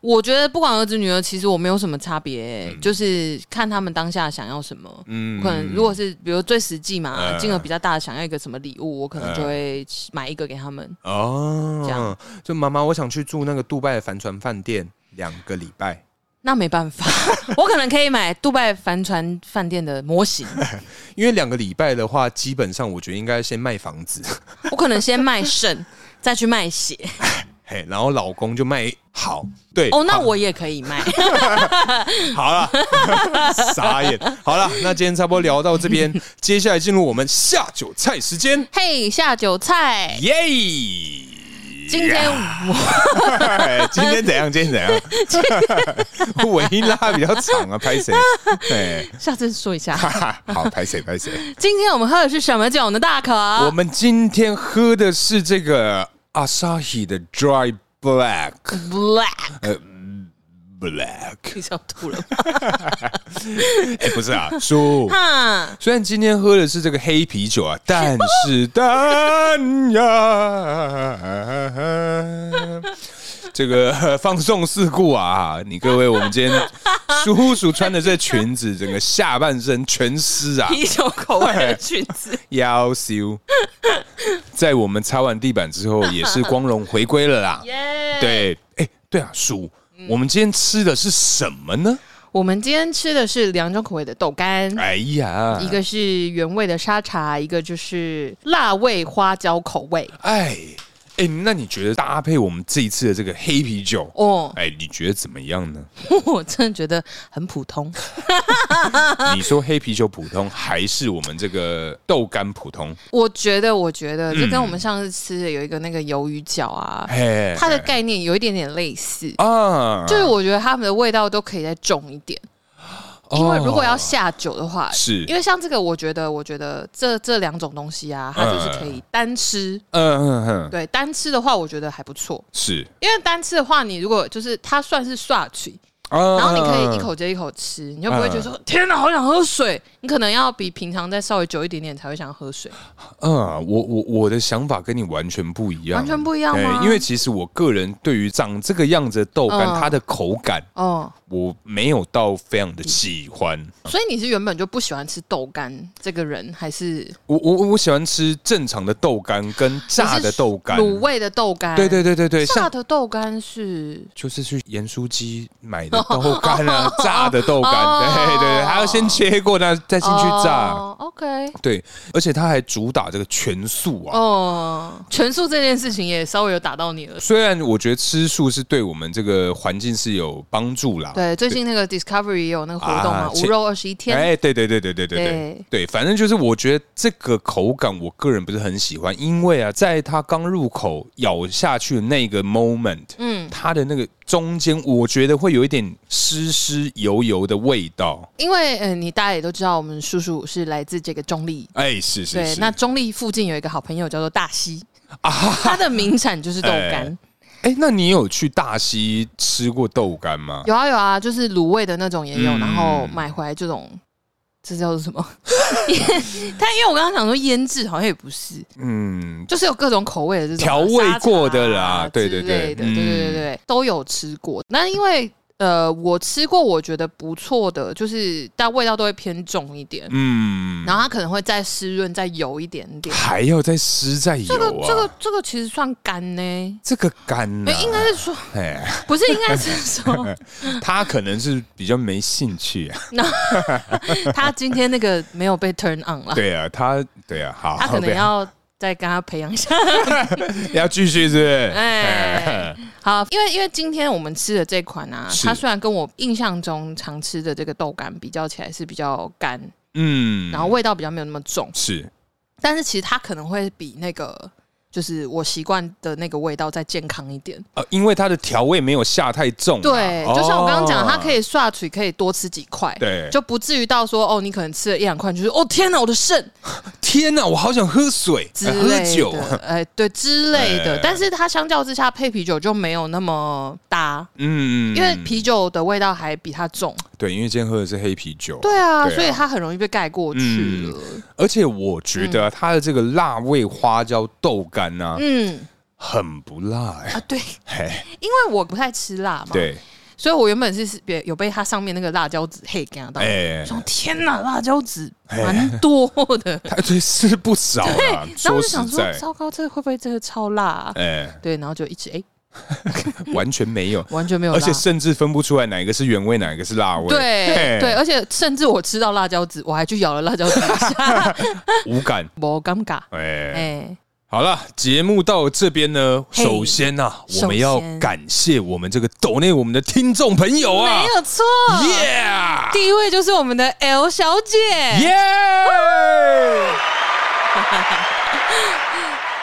B: 我觉得不管儿子女儿，其实我没有什么差别、就是看他们当下想要什么。
A: 嗯
B: 可能如果是比如最实际嘛，
A: 嗯
B: 金额比较大的想要一个什么礼物，我可能就会买一个给他们。这
A: 哦
B: 样，
A: 就妈妈，我想去住那个杜拜的帆船饭店两个礼拜，
B: 那没办法， 我可能可以买杜拜帆船饭店的 模型，
A: 因为两个礼拜的话，基本上我觉得应该先卖房子，
B: 我可能先卖肾，再去卖血。
A: 嘿，然后老公就卖好，对，
B: 哦，那
A: 好
B: 我也可以卖。
A: 好了，傻眼，好了，那今天差不多聊到这 边，接下来进入我们下酒菜时间，
B: 嘿，下酒菜，
A: 耶、
B: 今天我
A: 今天怎样？今天怎样？尾音拉比较长啊，拍谁？哎，
B: 下次说一下，
A: 哈哈，好，拍谁？拍谁？
B: 今天我们喝的是什么酒呢？大可，
A: 我们今天喝的是这个 Asahi 的 Dry Black
B: black，
A: Black。
B: 你想吐了吗？
A: 哎，不是啊，叔。
B: 哈，
A: 虽然今天喝的是这个黑啤酒啊，但是呃但呀，这个呃放送事故啊，你各位，我们今天叔叔穿的这裙子，整个下半身全 湿啊，
B: 啤酒口味的裙子，
A: 要修。在我们擦完地板之后，也是光荣回归了 啦。
B: 耶！
A: 对，哎，对啊，叔，
B: 嗯
A: 我们今天吃的是什么呢？
B: 我们今天吃的是两种口味的豆干。
A: 哎呀，
B: 嗯一个是原味的沙茶，一个就是辣味花椒口味。
A: 哎哎，那你觉得搭配我们这一次的这个黑啤酒，
B: 哦，
A: 哎，你觉得怎么样呢？
B: 我真的觉得很普通。
A: 你说黑啤酒普通，还是我们这个豆干普通？
B: 我觉得，我觉得这跟我们上次吃的有一个那个鱿鱼饺啊，
A: 哎，
B: 它的概念有一点点类似。
A: 啊，
B: 就是我觉得他们的味道都可以再重一点，因为如果要下酒的话，
A: 哦是
B: 因为像这个，我觉得，我觉得这这两种东西啊，它就是可以单吃。
A: 嗯嗯嗯，
B: 对，单吃的话，我觉得还不错，
A: 是，
B: 因为单吃的话，你如果就是它算是刷取，
A: 然
B: 然后你可以一口接一口吃，你就不会觉得
A: 嗯
B: 说、天哪，好想喝水。你可能要比平常再稍微久一点点才会想喝水，
A: 嗯，我我我的想法跟你完全不一样，
B: 完全不一样吗？
A: 因为其实我个人对于长这个样子的豆干，
B: 嗯
A: 它的口感
B: 哦，
A: 我没有到非常的喜欢。
B: 所以你是原本就不喜欢吃豆干这个人，还是
A: 我我我喜欢吃正常的豆干跟炸的豆干，
B: 卤味的豆干？
A: 对对对对对，
B: 炸
A: 像
B: 的豆干是
A: 就是去盐酥鸡买的豆干啊，炸的豆 干，哎对对对，还要先切过，那再进去炸。
B: 哦、OK，
A: 对，而且它还主打这个全素啊。
B: 哦，全素这件事情也稍微有打到你了。
A: 虽然我觉得吃素是对我们这个环境是有帮助啦，
B: 对，最近那个 Discovery 也有那个活动嘛
A: 啊，
B: 无肉二十一天。
A: 哎，对对对对对对对
B: 对
A: 对，反正就是我觉得这个口感，我个人不是很喜欢，因为啊，在它刚入口咬下去的那个 moment，嗯，它的那个中间，我觉得会有一点湿湿油油的味道。
B: 因为嗯、呃你大家也都知道，我们叔叔是来自这个中立。
A: 哎，是是
B: 对，
A: 是，
B: 那中立附近有一个好朋友叫做大溪，它的名产就是豆干。
A: 哎，那你有去大溪吃过豆干吗？
B: 有啊有啊，就是卤味的那种也有，
A: 嗯
B: 然后买回来这种，这叫做什么？ 但因为我刚刚想说腌制好像也不是，
A: 嗯，
B: 就是有各种口味的这种
A: 调味过的啦
B: 沙茶啊
A: 对对
B: 之
A: 对
B: 类的
A: 嗯
B: 对对对对，都有吃过。那因为呃，我吃过我觉得不错的，就是但味道都会偏重一点，
A: 嗯，啊
B: 然后它可能会再湿润再油一点 点。
A: 还要再湿再油
B: 这个
A: 啊，
B: 这个这个其实算干呢，
A: 这个干呢、
B: 没应该 是说
A: 哎，
B: 不是，应该 是说
A: 他可能是比较没兴趣啊。
B: 他今天那个没有被 turn on 了，
A: 对啊，他对啊，好，
B: 他可能
A: 不
B: 要再跟他培养一下。
A: 要继续是不是？
B: 哎
A: 哎，
B: 好，因为因为今天我们吃的这款啊，
A: 是
B: 它虽然跟我印象中常吃的这个豆干比较起来是比较干，
A: 嗯，
B: 然后味道比较没有那么重，
A: 是
B: 但是其实它可能会比那个就是我习惯的那个味道再健康一点。
A: 呃，因为它的调味没有下太重啊，
B: 对，就像我刚刚讲，它可
A: 以
B: 以刷嘴，可以多吃几块。
A: 哦对，
B: 就不至于到说哦，你可能吃了一两块，就是哦天哪，我的肾
A: 天哪，我好想喝水，
B: 之类
A: 哎喝
B: 的，
A: 酒，啊
B: 哎，对之类的。
A: 哎
B: 但是它相较之下配啤酒就没有那么搭，
A: 嗯，
B: 因为啤酒的味道还比它重。
A: 对，因为今天喝的是黑啤酒，
B: 对啊，
A: 对啊嗯
B: 所以它很容易被盖过去了。
A: 而且我觉得啊它的这个辣味花椒豆干呢、
B: 嗯
A: 很不辣哎、
B: 啊，对，
A: 嘿，
B: 因为我不太吃辣嘛，
A: 对，
B: 所以我原本是是别有被它上面那个辣椒籽嘿干到。
A: 哎、
B: 说天哪，辣椒籽蛮多的，
A: 它对是不少 啊，
B: 然后
A: 哎说
B: 我就
A: 实
B: 想说，
A: 在，
B: 糟糕，这个会不会这个超辣、啊？
A: 哎、
B: 对，然后就一直哎、
A: 完全没有，
B: 完全没有辣，
A: 而且甚至分不出来哪一个是原味，哪一个是辣味，
B: 对
A: 嘿
B: 对，，而且甚至我吃到辣椒籽，我还去咬了辣椒籽一下，
A: 无感，
B: 我尴尬。
A: 哎、
B: 哎、
A: 好了，节目到这边呢，
C: 嘿
A: 首先呐、啊，我
C: 首
A: 们
C: 先
A: 要感谢我们这个抖内我们的听众朋友啊
B: 没有错。
A: ，Yeah
B: 第一位就是我们的 L 小姐
A: Yeah，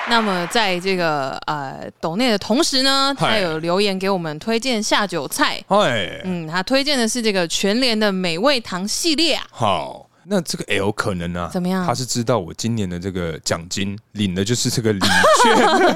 B: 那么在这个呃抖内的同时呢，她
A: 嗨
B: 有留言给我们推荐下酒菜。
A: 哎，
B: 嗯，她推荐的是这个全联的美味堂系列啊。
A: 好，那这个 L 可能啊，
B: 怎么样
A: 他是知道我今年的这个奖金领的就是这个 礼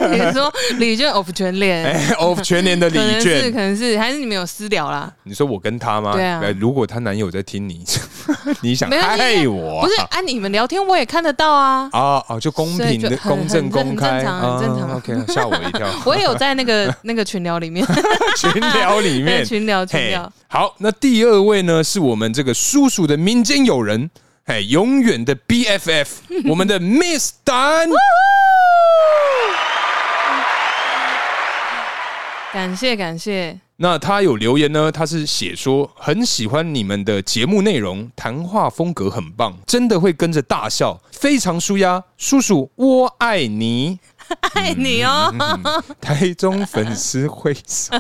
B: 你 说礼券 of 全联，
A: 券，of 哎哦全年的
B: 可能
A: 礼
B: 是可
A: 券。
B: 能是还是你们有私聊啦？
A: 你说我跟他吗？
B: 对啊
A: 哎如果她男友在听你， 你想
B: 没关系
A: 害我啊？
B: 不是啊，你们聊天我也看得 到啊，
A: 啊哦，就公
B: 所以
A: 平
B: 就
A: 的、
B: 很
A: 公正、
B: 很
A: 公开，
B: 很正常很正常
A: 啊 OK，吓我一 跳。
B: 我也有在那个那个群聊里面，
A: 群聊里面，
B: 群聊群
A: 嘿
B: 聊，，
A: 好，那第二位呢，是我们这个叔叔的民间友人，嘿，永远的 BFF，我 们的 Miss 丹，
B: 感谢感谢，
A: 那他有留言呢，他是写说很喜欢你们的节目内容，谈话风格很棒，真的会跟着大笑，非常舒压。叔叔，我爱你， 哎
B: 爱你哦。
A: 台中粉丝挥手，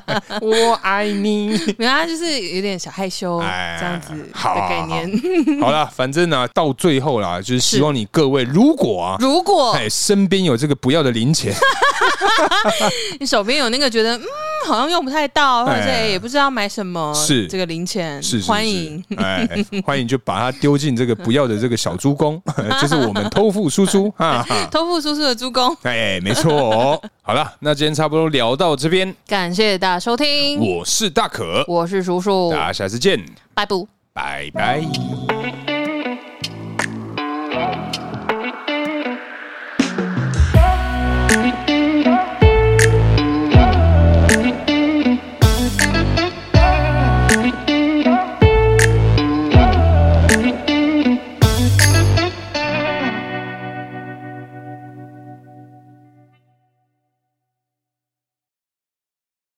A: 我爱 你。
B: 没有，他就是有点小害羞
A: 哎
B: 这样子的
A: 好好
B: 概念。
A: 好啦，反正呢、到最后啦，就是希望你各位，如果啊，
B: 如果
A: 哎，身边有这个不要的零 钱，
B: 你手边有那个觉得嗯好像用不太到，或者是
A: 哎
B: 哎也不知道买什么，
A: 是
B: 这个零钱
A: 是是是
B: 欢迎。，
A: 哎，欢迎就把它丢进这个不要的这个小猪公， 就是我们偷富叔叔，哈哈。
B: 偷富叔叔的猪公，
A: 哎，没错哦。好了，那今天差不多聊到这边，
B: 感谢大家收听，
A: 我是大可，
B: 我是叔叔，
A: 大家下次见，
B: 拜拜。
A: 拜拜。